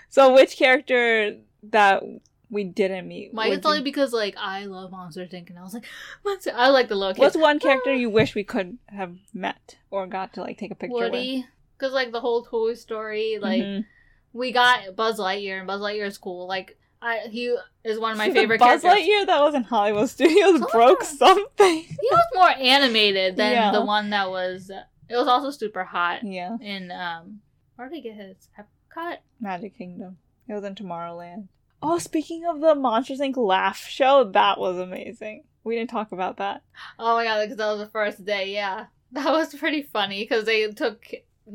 [SPEAKER 2] So, which character that we didn't meet?
[SPEAKER 3] Mike
[SPEAKER 2] would
[SPEAKER 3] and Sully
[SPEAKER 2] you-
[SPEAKER 3] because, like, I love Monster Inc. And I was like, Monster. I like the little kids.
[SPEAKER 2] What's one character you wish we could have met or got to like take a picture with?
[SPEAKER 3] Woody. Because, like, the whole Toy Story, like,
[SPEAKER 2] Mhm.
[SPEAKER 3] we got Buzz Lightyear, and Buzz Lightyear is cool. Like, I he is one of my
[SPEAKER 2] The
[SPEAKER 3] favorite
[SPEAKER 2] Buzz
[SPEAKER 3] characters. Oh,
[SPEAKER 2] Lightyear that was in Hollywood Studios
[SPEAKER 3] Come
[SPEAKER 2] broke
[SPEAKER 3] on.
[SPEAKER 2] something.
[SPEAKER 3] He was more animated than
[SPEAKER 2] Yeah.
[SPEAKER 3] the one that was. It was also super hot
[SPEAKER 2] yeah,
[SPEAKER 3] in um. Where did he get his Epcot?
[SPEAKER 2] Magic Kingdom. It was in Tomorrowland. Oh, speaking of the Monsters Inc. laugh show, that was amazing. We didn't talk about that.
[SPEAKER 3] Oh my god, because that was the first day. Yeah, that was pretty funny because they took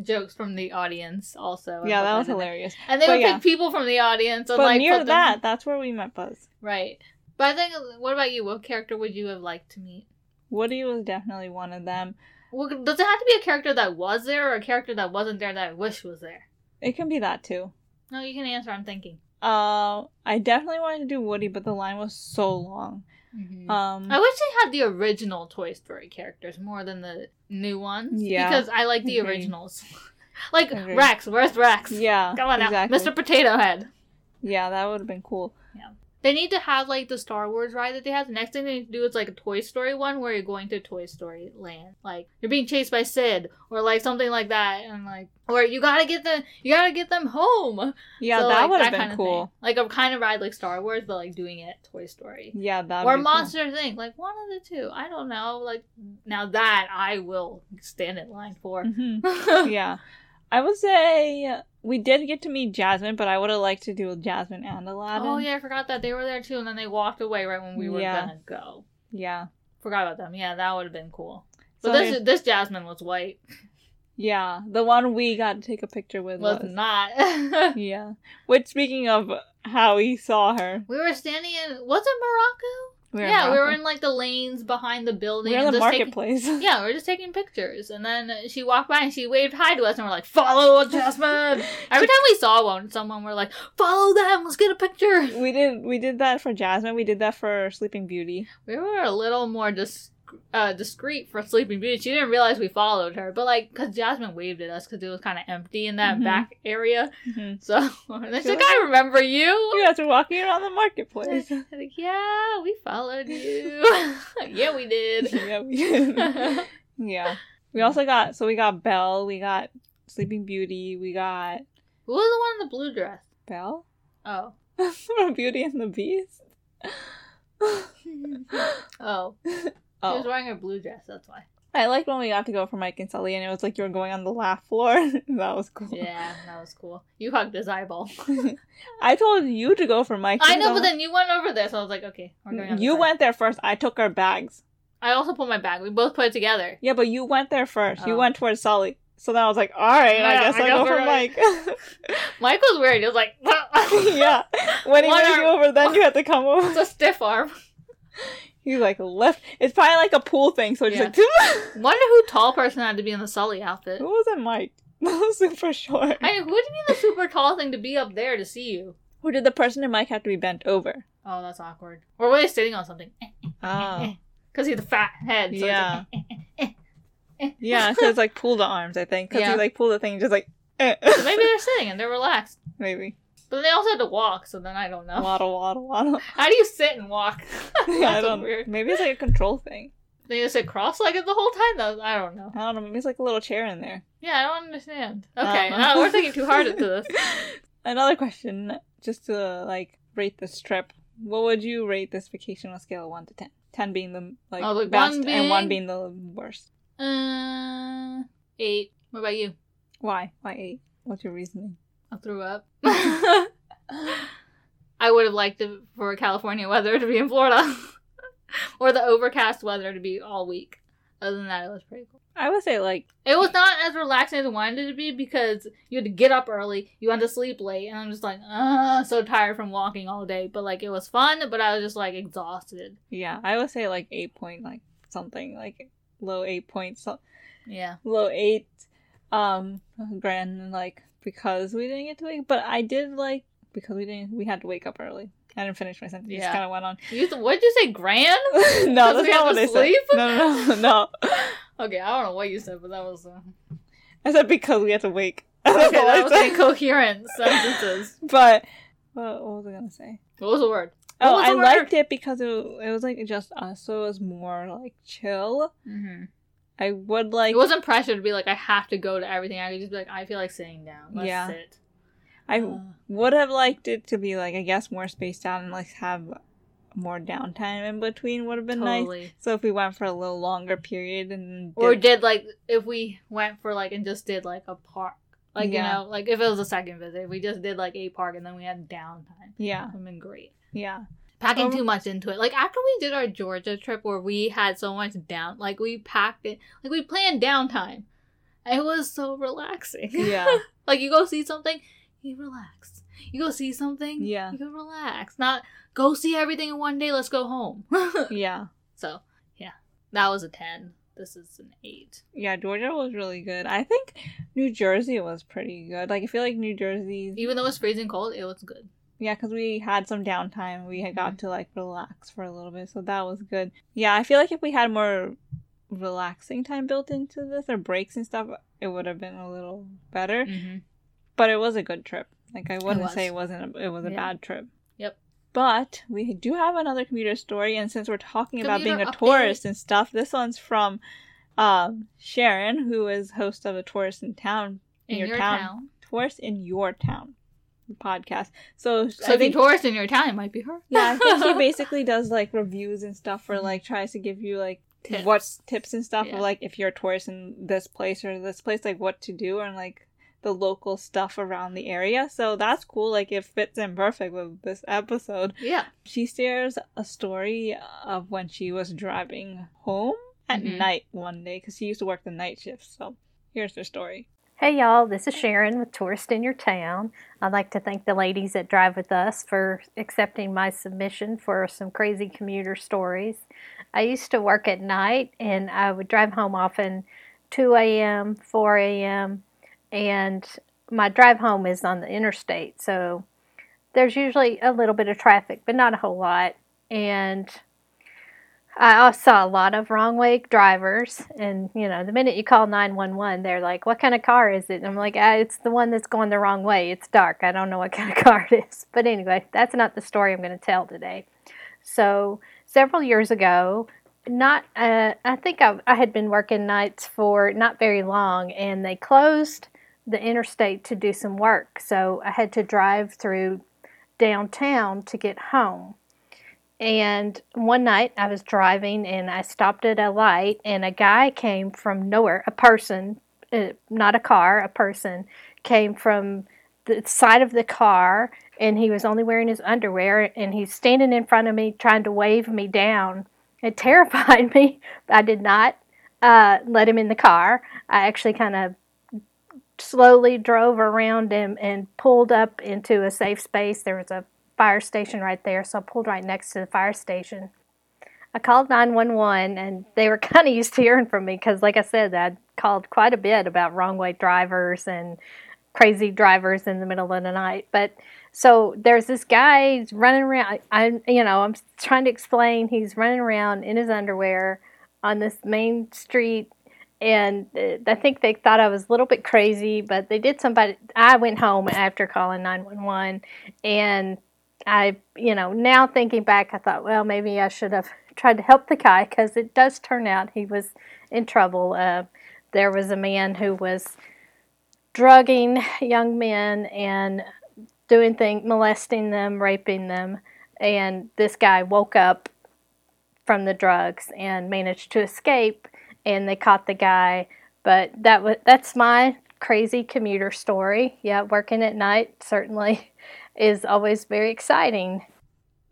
[SPEAKER 3] jokes from the audience also. and
[SPEAKER 2] yeah,
[SPEAKER 3] put
[SPEAKER 2] that was
[SPEAKER 3] in there.
[SPEAKER 2] hilarious.
[SPEAKER 3] And they
[SPEAKER 2] But
[SPEAKER 3] would
[SPEAKER 2] yeah.
[SPEAKER 3] pick people from the audience and
[SPEAKER 2] But
[SPEAKER 3] like
[SPEAKER 2] near
[SPEAKER 3] put them-
[SPEAKER 2] that, that's where we met Buzz.
[SPEAKER 3] right. But I think, what about you? What character would you have liked to meet?
[SPEAKER 2] Woody was definitely one of them.
[SPEAKER 3] Well, does it have to be a character that was there or a character that wasn't there that I wish was there?
[SPEAKER 2] It can be that too.
[SPEAKER 3] No, you can answer. I'm thinking.
[SPEAKER 2] Um, I definitely wanted to do Woody, but the line was so long. Um,
[SPEAKER 3] I wish they had the original Toy Story characters more than the new ones.
[SPEAKER 2] Yeah.
[SPEAKER 3] Because I like the
[SPEAKER 2] Agreed.
[SPEAKER 3] originals. like
[SPEAKER 2] Agreed.
[SPEAKER 3] Rex, where's Rex?
[SPEAKER 2] yeah,
[SPEAKER 3] Come on
[SPEAKER 2] exactly.
[SPEAKER 3] now. Mr. Potato Head.
[SPEAKER 2] Yeah, that would have been cool.
[SPEAKER 3] They need to have like the Star Wars ride that they have. The next thing they need to do is like a Toy Story one where you're going to Toy Story land. Like you're being chased by Sid or like something like that and like or you gotta get them you gotta get them home.
[SPEAKER 2] Yeah,
[SPEAKER 3] So,
[SPEAKER 2] that
[SPEAKER 3] like,
[SPEAKER 2] would have
[SPEAKER 3] kind
[SPEAKER 2] been
[SPEAKER 3] of
[SPEAKER 2] cool.
[SPEAKER 3] thing. Like a kind of ride like Star Wars, but like doing it Toy Story.
[SPEAKER 2] Yeah, that
[SPEAKER 3] or
[SPEAKER 2] would be
[SPEAKER 3] Monster Inc. Like one of the two. I don't know. Like now that I will stand in line for.
[SPEAKER 2] Cool. Mhm. yeah, I would say we did get to meet Jasmine, but I would have liked to do with Jasmine and Aladdin.
[SPEAKER 3] oh yeah, I forgot that they were there too, and then they walked away right when we were
[SPEAKER 2] Yeah.
[SPEAKER 3] gonna go.
[SPEAKER 2] yeah.
[SPEAKER 3] Forgot about them. Yeah, that would have been cool.
[SPEAKER 2] So
[SPEAKER 3] But this this Jasmine was white.
[SPEAKER 2] yeah, the one we got to take a picture with
[SPEAKER 3] Was
[SPEAKER 2] was,
[SPEAKER 3] not.
[SPEAKER 2] yeah. Which speaking of how we saw her,
[SPEAKER 3] we were standing in. Was it Morocco?
[SPEAKER 2] we were
[SPEAKER 3] yeah, we were
[SPEAKER 2] Morocco.
[SPEAKER 3] in like the lanes behind the building.
[SPEAKER 2] we were in
[SPEAKER 3] and
[SPEAKER 2] the
[SPEAKER 3] just taking-
[SPEAKER 2] marketplace.
[SPEAKER 3] yeah, we were just taking pictures, and then she walked by and she waved hi to us, and we're like, "Follow Jasmine!" Every time we saw one, someone we're like, "Follow them! Let's get a picture."
[SPEAKER 2] we did we did that for Jasmine. We did that for Sleeping Beauty.
[SPEAKER 3] We were a little more dis- uh, discreet for Sleeping Beauty. She didn't realize we followed her, but like, cause Jasmine waved at us because it was kind of empty in that
[SPEAKER 2] Mhm.
[SPEAKER 3] back area. So and then she's
[SPEAKER 2] She
[SPEAKER 3] like,
[SPEAKER 2] was-
[SPEAKER 3] "I remember you."
[SPEAKER 2] Mm-hmm. You guys were walking around the marketplace.
[SPEAKER 3] I'm like, yeah, we followed you. yeah, we did.
[SPEAKER 2] yeah, we did. yeah. We also got so we got Belle, we got Sleeping Beauty, we got
[SPEAKER 3] Who was the one in the blue dress?
[SPEAKER 2] Belle
[SPEAKER 3] Oh,
[SPEAKER 2] from Beauty and the Beast.
[SPEAKER 3] oh, she was
[SPEAKER 2] oh,
[SPEAKER 3] wearing a blue dress. That's why.
[SPEAKER 2] I liked when we got to go for Mike and Sully, and it was like you were going on the laugh floor. that was cool.
[SPEAKER 3] Yeah, that was cool. You hugged his eyeball.
[SPEAKER 2] I told you to go for Mike.
[SPEAKER 3] I
[SPEAKER 2] and
[SPEAKER 3] know, but
[SPEAKER 2] Sully.
[SPEAKER 3] then you went over this. I was like, okay, we're going. On this
[SPEAKER 2] you
[SPEAKER 3] side.
[SPEAKER 2] went there first. I took our bags.
[SPEAKER 3] I also put my bag. We both put it together.
[SPEAKER 2] Yeah, but you went there first. You
[SPEAKER 3] Oh.
[SPEAKER 2] went towards Sully. So then I was like, all right, I
[SPEAKER 3] Yeah,
[SPEAKER 2] guess
[SPEAKER 3] I
[SPEAKER 2] I'll go
[SPEAKER 3] guess
[SPEAKER 2] for
[SPEAKER 3] we're
[SPEAKER 2] Mike.
[SPEAKER 3] Mike was weird. He was like,
[SPEAKER 2] yeah. When he
[SPEAKER 3] One
[SPEAKER 2] moves you
[SPEAKER 3] arm.
[SPEAKER 2] over, then you have to come
[SPEAKER 3] It's
[SPEAKER 2] over.
[SPEAKER 3] a stiff arm.
[SPEAKER 2] He like left. It's probably like a pool thing. So just like,
[SPEAKER 3] Wonder who tall person had to be in the Sully outfit.
[SPEAKER 2] who was it, Mike? That was super short.
[SPEAKER 3] I mean, who would be the super tall thing to be up there to see you?
[SPEAKER 2] Who did the person in Mike have to be bent over?
[SPEAKER 3] Oh, that's awkward. Or were they sitting on something?
[SPEAKER 2] Oh.
[SPEAKER 3] Because he's a fat head. So
[SPEAKER 2] Yeah.
[SPEAKER 3] yeah.
[SPEAKER 2] yeah, so it's like pull the arms, I think. Because
[SPEAKER 3] Yeah.
[SPEAKER 2] he like pull the thing, just like, eh.
[SPEAKER 3] so maybe they're sitting and they're relaxed.
[SPEAKER 2] maybe.
[SPEAKER 3] But they also had to walk, so then I don't know.
[SPEAKER 2] Waddle, waddle, waddle.
[SPEAKER 3] How do you sit and walk?
[SPEAKER 2] Yeah, I
[SPEAKER 3] That's
[SPEAKER 2] don't
[SPEAKER 3] weird.
[SPEAKER 2] Maybe it's like a control thing.
[SPEAKER 3] They just sit cross-legged the whole time? Though I don't know.
[SPEAKER 2] I don't know. Maybe it's like a little chair in there.
[SPEAKER 3] Yeah, I don't understand.
[SPEAKER 2] I don't
[SPEAKER 3] Okay,
[SPEAKER 2] know.
[SPEAKER 3] uh, we're thinking too hard into this.
[SPEAKER 2] Another question, just to like rate this trip. What would you rate this vacation on a scale of one to ten? Ten being the like
[SPEAKER 3] Oh, like,
[SPEAKER 2] best
[SPEAKER 3] one
[SPEAKER 2] and one
[SPEAKER 3] being-
[SPEAKER 2] being the worst.
[SPEAKER 3] Uh, eight. What about you?
[SPEAKER 2] Why? Why eight? What's your reasoning?
[SPEAKER 3] I threw up. I would have liked it for California weather to be in Florida, or the overcast weather to be all week. Other than that, it was pretty cool.
[SPEAKER 2] I would say like
[SPEAKER 3] It was not as relaxing as I wanted it to be because you had to get up early, you had to sleep late, and I'm just like, ah, so tired from walking all day. But like, it was fun, but I was just like exhausted.
[SPEAKER 2] yeah, I would say like eight point like something like low eight point so-
[SPEAKER 3] Yeah.
[SPEAKER 2] low eight um grand like because we didn't get to wake but I did like because we didn't we had to wake up early. I didn't finish my sentence. It
[SPEAKER 3] Yeah.
[SPEAKER 2] just kind of went on.
[SPEAKER 3] You what did you say, grand?
[SPEAKER 2] no,
[SPEAKER 3] Because
[SPEAKER 2] that's
[SPEAKER 3] we had
[SPEAKER 2] not what
[SPEAKER 3] to
[SPEAKER 2] I said.
[SPEAKER 3] sleep?
[SPEAKER 2] No, no, no, no.
[SPEAKER 3] Okay, I don't know what you said, but that was uh...
[SPEAKER 2] I said because we had to wake.
[SPEAKER 3] okay.
[SPEAKER 2] That's all I
[SPEAKER 3] That was
[SPEAKER 2] said.
[SPEAKER 3] incoherent sentences.
[SPEAKER 2] But what, what was I gonna say?
[SPEAKER 3] What was the word? What
[SPEAKER 2] Oh,
[SPEAKER 3] was the
[SPEAKER 2] I
[SPEAKER 3] word?
[SPEAKER 2] liked it because it, it was like just us, so it was more like chill.
[SPEAKER 3] Mm-hmm.
[SPEAKER 2] I would like.
[SPEAKER 3] It wasn't pressure to be like I have to go to everything. I could just be like I feel like sitting down. Let's
[SPEAKER 2] Yeah.
[SPEAKER 3] sit.
[SPEAKER 2] I
[SPEAKER 3] Uh,
[SPEAKER 2] would have liked it to be like I guess more spaced out and like have more downtime in between would have been nice.
[SPEAKER 3] totally.
[SPEAKER 2] So if we went for a little longer period and
[SPEAKER 3] Or
[SPEAKER 2] did-
[SPEAKER 3] did like if we went for like and just did like a park, like
[SPEAKER 2] Yeah.
[SPEAKER 3] you know, like if it was a second visit, if we just did like a park and then we had downtime.
[SPEAKER 2] yeah,
[SPEAKER 3] I've been great.
[SPEAKER 2] yeah,
[SPEAKER 3] Packing
[SPEAKER 2] Um,
[SPEAKER 3] too much into it. Like after we did our Georgia trip where we had so much down, like we packed it, like we planned downtime. It was so relaxing.
[SPEAKER 2] yeah,
[SPEAKER 3] Like you go see something, you relax. You go see something,
[SPEAKER 2] Yeah.
[SPEAKER 3] you go relax. Not go see everything in one day. Let's go home.
[SPEAKER 2] yeah,
[SPEAKER 3] so yeah, that was a ten. This is an eight.
[SPEAKER 2] yeah. Georgia was really good. I think New Jersey was pretty good. Like I feel like New Jersey
[SPEAKER 3] Even though it's freezing cold, it was good.
[SPEAKER 2] Yeah, because we had some downtime. We had
[SPEAKER 3] Mm-hmm.
[SPEAKER 2] got to like relax for a little bit, so that was good. Yeah, I feel like if we had more relaxing time built into this or breaks and stuff, it would have been a little better.
[SPEAKER 3] Mm-hmm.
[SPEAKER 2] But it was a good trip. Like I wouldn't
[SPEAKER 3] was.
[SPEAKER 2] say it wasn't. A, it was a
[SPEAKER 3] Yeah.
[SPEAKER 2] bad trip.
[SPEAKER 3] Yep.
[SPEAKER 2] But we do have another commuter story, and since we're talking about being a
[SPEAKER 3] Commuter update.
[SPEAKER 2] tourist and stuff, this one's from um, Sharon, who is host of a tourist in town,
[SPEAKER 3] In, your, town.
[SPEAKER 2] tourist in your town podcast. So,
[SPEAKER 3] So if
[SPEAKER 2] I
[SPEAKER 3] you
[SPEAKER 2] think
[SPEAKER 3] tourist in your town, it might be her.
[SPEAKER 2] yeah, I think he basically does like reviews and stuff, or like tries to give you like
[SPEAKER 3] Tips.
[SPEAKER 2] what tips and stuff,
[SPEAKER 3] Yeah.
[SPEAKER 2] of, like if you're a tourist in this place or this place, like what to do, and like the local stuff around the area. So that's cool. Like it fits in perfect with this episode.
[SPEAKER 3] yeah.
[SPEAKER 2] She shares a story of when she was driving home at
[SPEAKER 3] Mhm.
[SPEAKER 2] night one day because she used to work the night shift. So here's her story.
[SPEAKER 5] Hey y'all, this is Sharon with Tourist in Your Town. I'd like to thank the ladies that drive with us for accepting my submission for some crazy commuter stories. I used to work at night and I would drive home often 2 a.m., 4 a.m., and my drive home is on the interstate, so there's usually a little bit of traffic, but not a whole lot. And I also saw a lot of wrong way drivers, and you know, the minute you call 911, they're like, What kind of car is it? And I'm like, ah, It's the one that's going the wrong way. It's dark. I don't know what kind of car it is. But anyway, that's not the story I'm going to tell today. So, several years ago, not, uh, I think I, I had been working nights for not very long, and they closed the interstate to do some work. So, I had to drive through downtown to get home. And one night I was driving and I stopped at a light, and a guy came from nowhere, a person, uh, not a car, a person came from the side of the car, and he was only wearing his underwear, and he's standing in front of me trying to wave me down. It terrified me. I did not uh, let him in the car. I actually kind of slowly drove around him and pulled up into a safe space. There was a fire station right there, so I pulled right next to the fire station. I called 911 and they were kind of used to hearing from me because, like I said, I called quite a bit about wrong way drivers and crazy drivers in the middle of the night. But so there's this guy he's running around. I, am you know, I'm trying to explain. He's running around in his underwear on this main street. And uh, I think they thought I was a little bit crazy, but they did somebody. I went home after calling 911 and I, you know, now thinking back, I thought, well, maybe I should have tried to help the guy because it does turn out he was in trouble. Uh, there was a man who was drugging young men and doing things, molesting them, raping them. And this guy woke up from the drugs and managed to escape, and they caught the guy. But that was that's my crazy commuter story. Yeah, working at night certainly is always very exciting.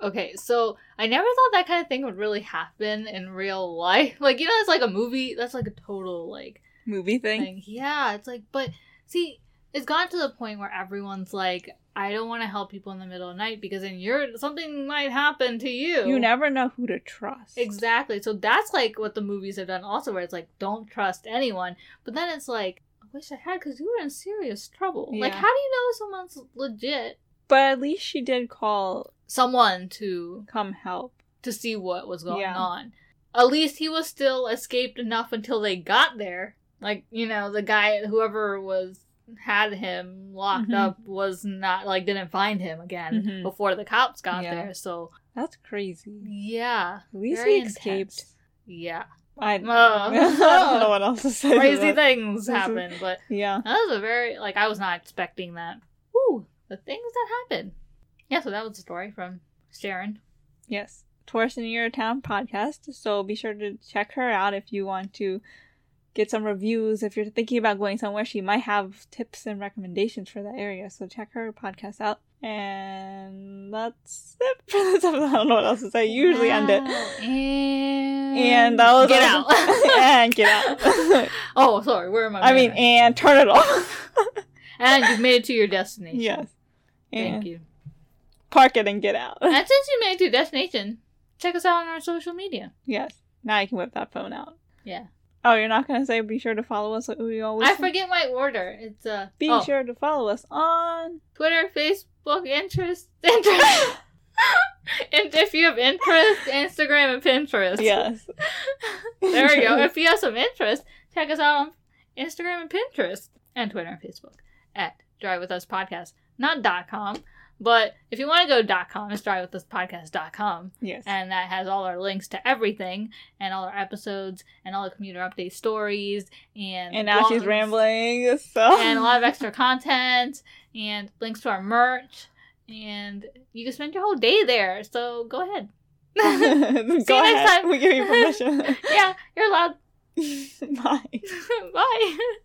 [SPEAKER 3] Okay, so I never thought that kind of thing would really happen in real life. Like, you know, it's like a movie. That's like a total like
[SPEAKER 2] Movie thing.
[SPEAKER 3] thing. Yeah, it's like, but see, it's gotten to the point where everyone's like, I don't want to help people in the middle of the night because then you're something might happen to you.
[SPEAKER 2] You never know who to trust.
[SPEAKER 3] Exactly. So that's like what the movies have done also, where it's like, don't trust anyone. But then it's like, I wish I had because you were in serious trouble. Like,
[SPEAKER 2] Yeah.
[SPEAKER 3] how do you know someone's legit?
[SPEAKER 2] But at least she did call
[SPEAKER 3] Someone to
[SPEAKER 2] come help.
[SPEAKER 3] to see what was going
[SPEAKER 2] Yeah.
[SPEAKER 3] on. At least he was still escaped enough until they got there. Like, you know, the guy whoever was had him locked
[SPEAKER 2] Mhm.
[SPEAKER 3] up was not like didn't find him again
[SPEAKER 2] Mhm.
[SPEAKER 3] before the cops got
[SPEAKER 2] Yeah.
[SPEAKER 3] there. So
[SPEAKER 2] That's crazy.
[SPEAKER 3] yeah.
[SPEAKER 2] At least
[SPEAKER 3] very
[SPEAKER 2] he escaped.
[SPEAKER 3] intense. Yeah.
[SPEAKER 2] I,
[SPEAKER 3] Oh.
[SPEAKER 2] I don't know what else to say. to
[SPEAKER 3] Crazy
[SPEAKER 2] that.
[SPEAKER 3] things
[SPEAKER 2] This is-
[SPEAKER 3] happen, but
[SPEAKER 2] Yeah.
[SPEAKER 3] that was a very like I was not expecting that. Woo, the things that happen. Yeah, so that was the story from Sharon.
[SPEAKER 2] Yes. Tourist in Your Town podcast. So be sure to check her out if you want to get some reviews. If you're thinking about going somewhere, she might have tips and recommendations for that area. So check her podcast out. And that's it for this episode. I don't know what else to say. You usually end it.
[SPEAKER 3] Wow. And,
[SPEAKER 2] And that was
[SPEAKER 3] get
[SPEAKER 2] all-
[SPEAKER 3] out.
[SPEAKER 2] and get out.
[SPEAKER 3] Oh, sorry. Where am I?
[SPEAKER 2] I mean, and turn it off.
[SPEAKER 3] and you've made it to your destination.
[SPEAKER 2] yes. And
[SPEAKER 3] Thank you.
[SPEAKER 2] Park it and get out.
[SPEAKER 3] And since you made it to your destination, check us out on our social media.
[SPEAKER 2] yes. Now you can whip that phone out.
[SPEAKER 3] Yeah.
[SPEAKER 2] Oh, you're not gonna say be sure to follow us. like We always
[SPEAKER 3] I forget my order. It's uh,
[SPEAKER 2] Be
[SPEAKER 3] oh,
[SPEAKER 2] sure to follow us on.
[SPEAKER 3] Twitter, Facebook, interest, interest. and if you have interest, Instagram and Pinterest.
[SPEAKER 2] Yes.
[SPEAKER 3] There we go. If you have some interest, check us out on Instagram and Pinterest and Twitter and Facebook at Drive With Us Podcast. Not dot com, but if you want to go dot com, it's Drive With Us Podcast dot com.
[SPEAKER 2] Yes.
[SPEAKER 3] and that has all our links to everything and all our episodes and all the commuter update stories and
[SPEAKER 2] And now she's
[SPEAKER 3] blogs,
[SPEAKER 2] rambling. So.
[SPEAKER 3] and a lot of extra content and links to our merch and you can spend your whole day there so go ahead
[SPEAKER 2] go
[SPEAKER 3] next
[SPEAKER 2] ahead.
[SPEAKER 3] time.
[SPEAKER 2] We give you permission.
[SPEAKER 3] yeah you're allowed
[SPEAKER 2] Bye.
[SPEAKER 3] bye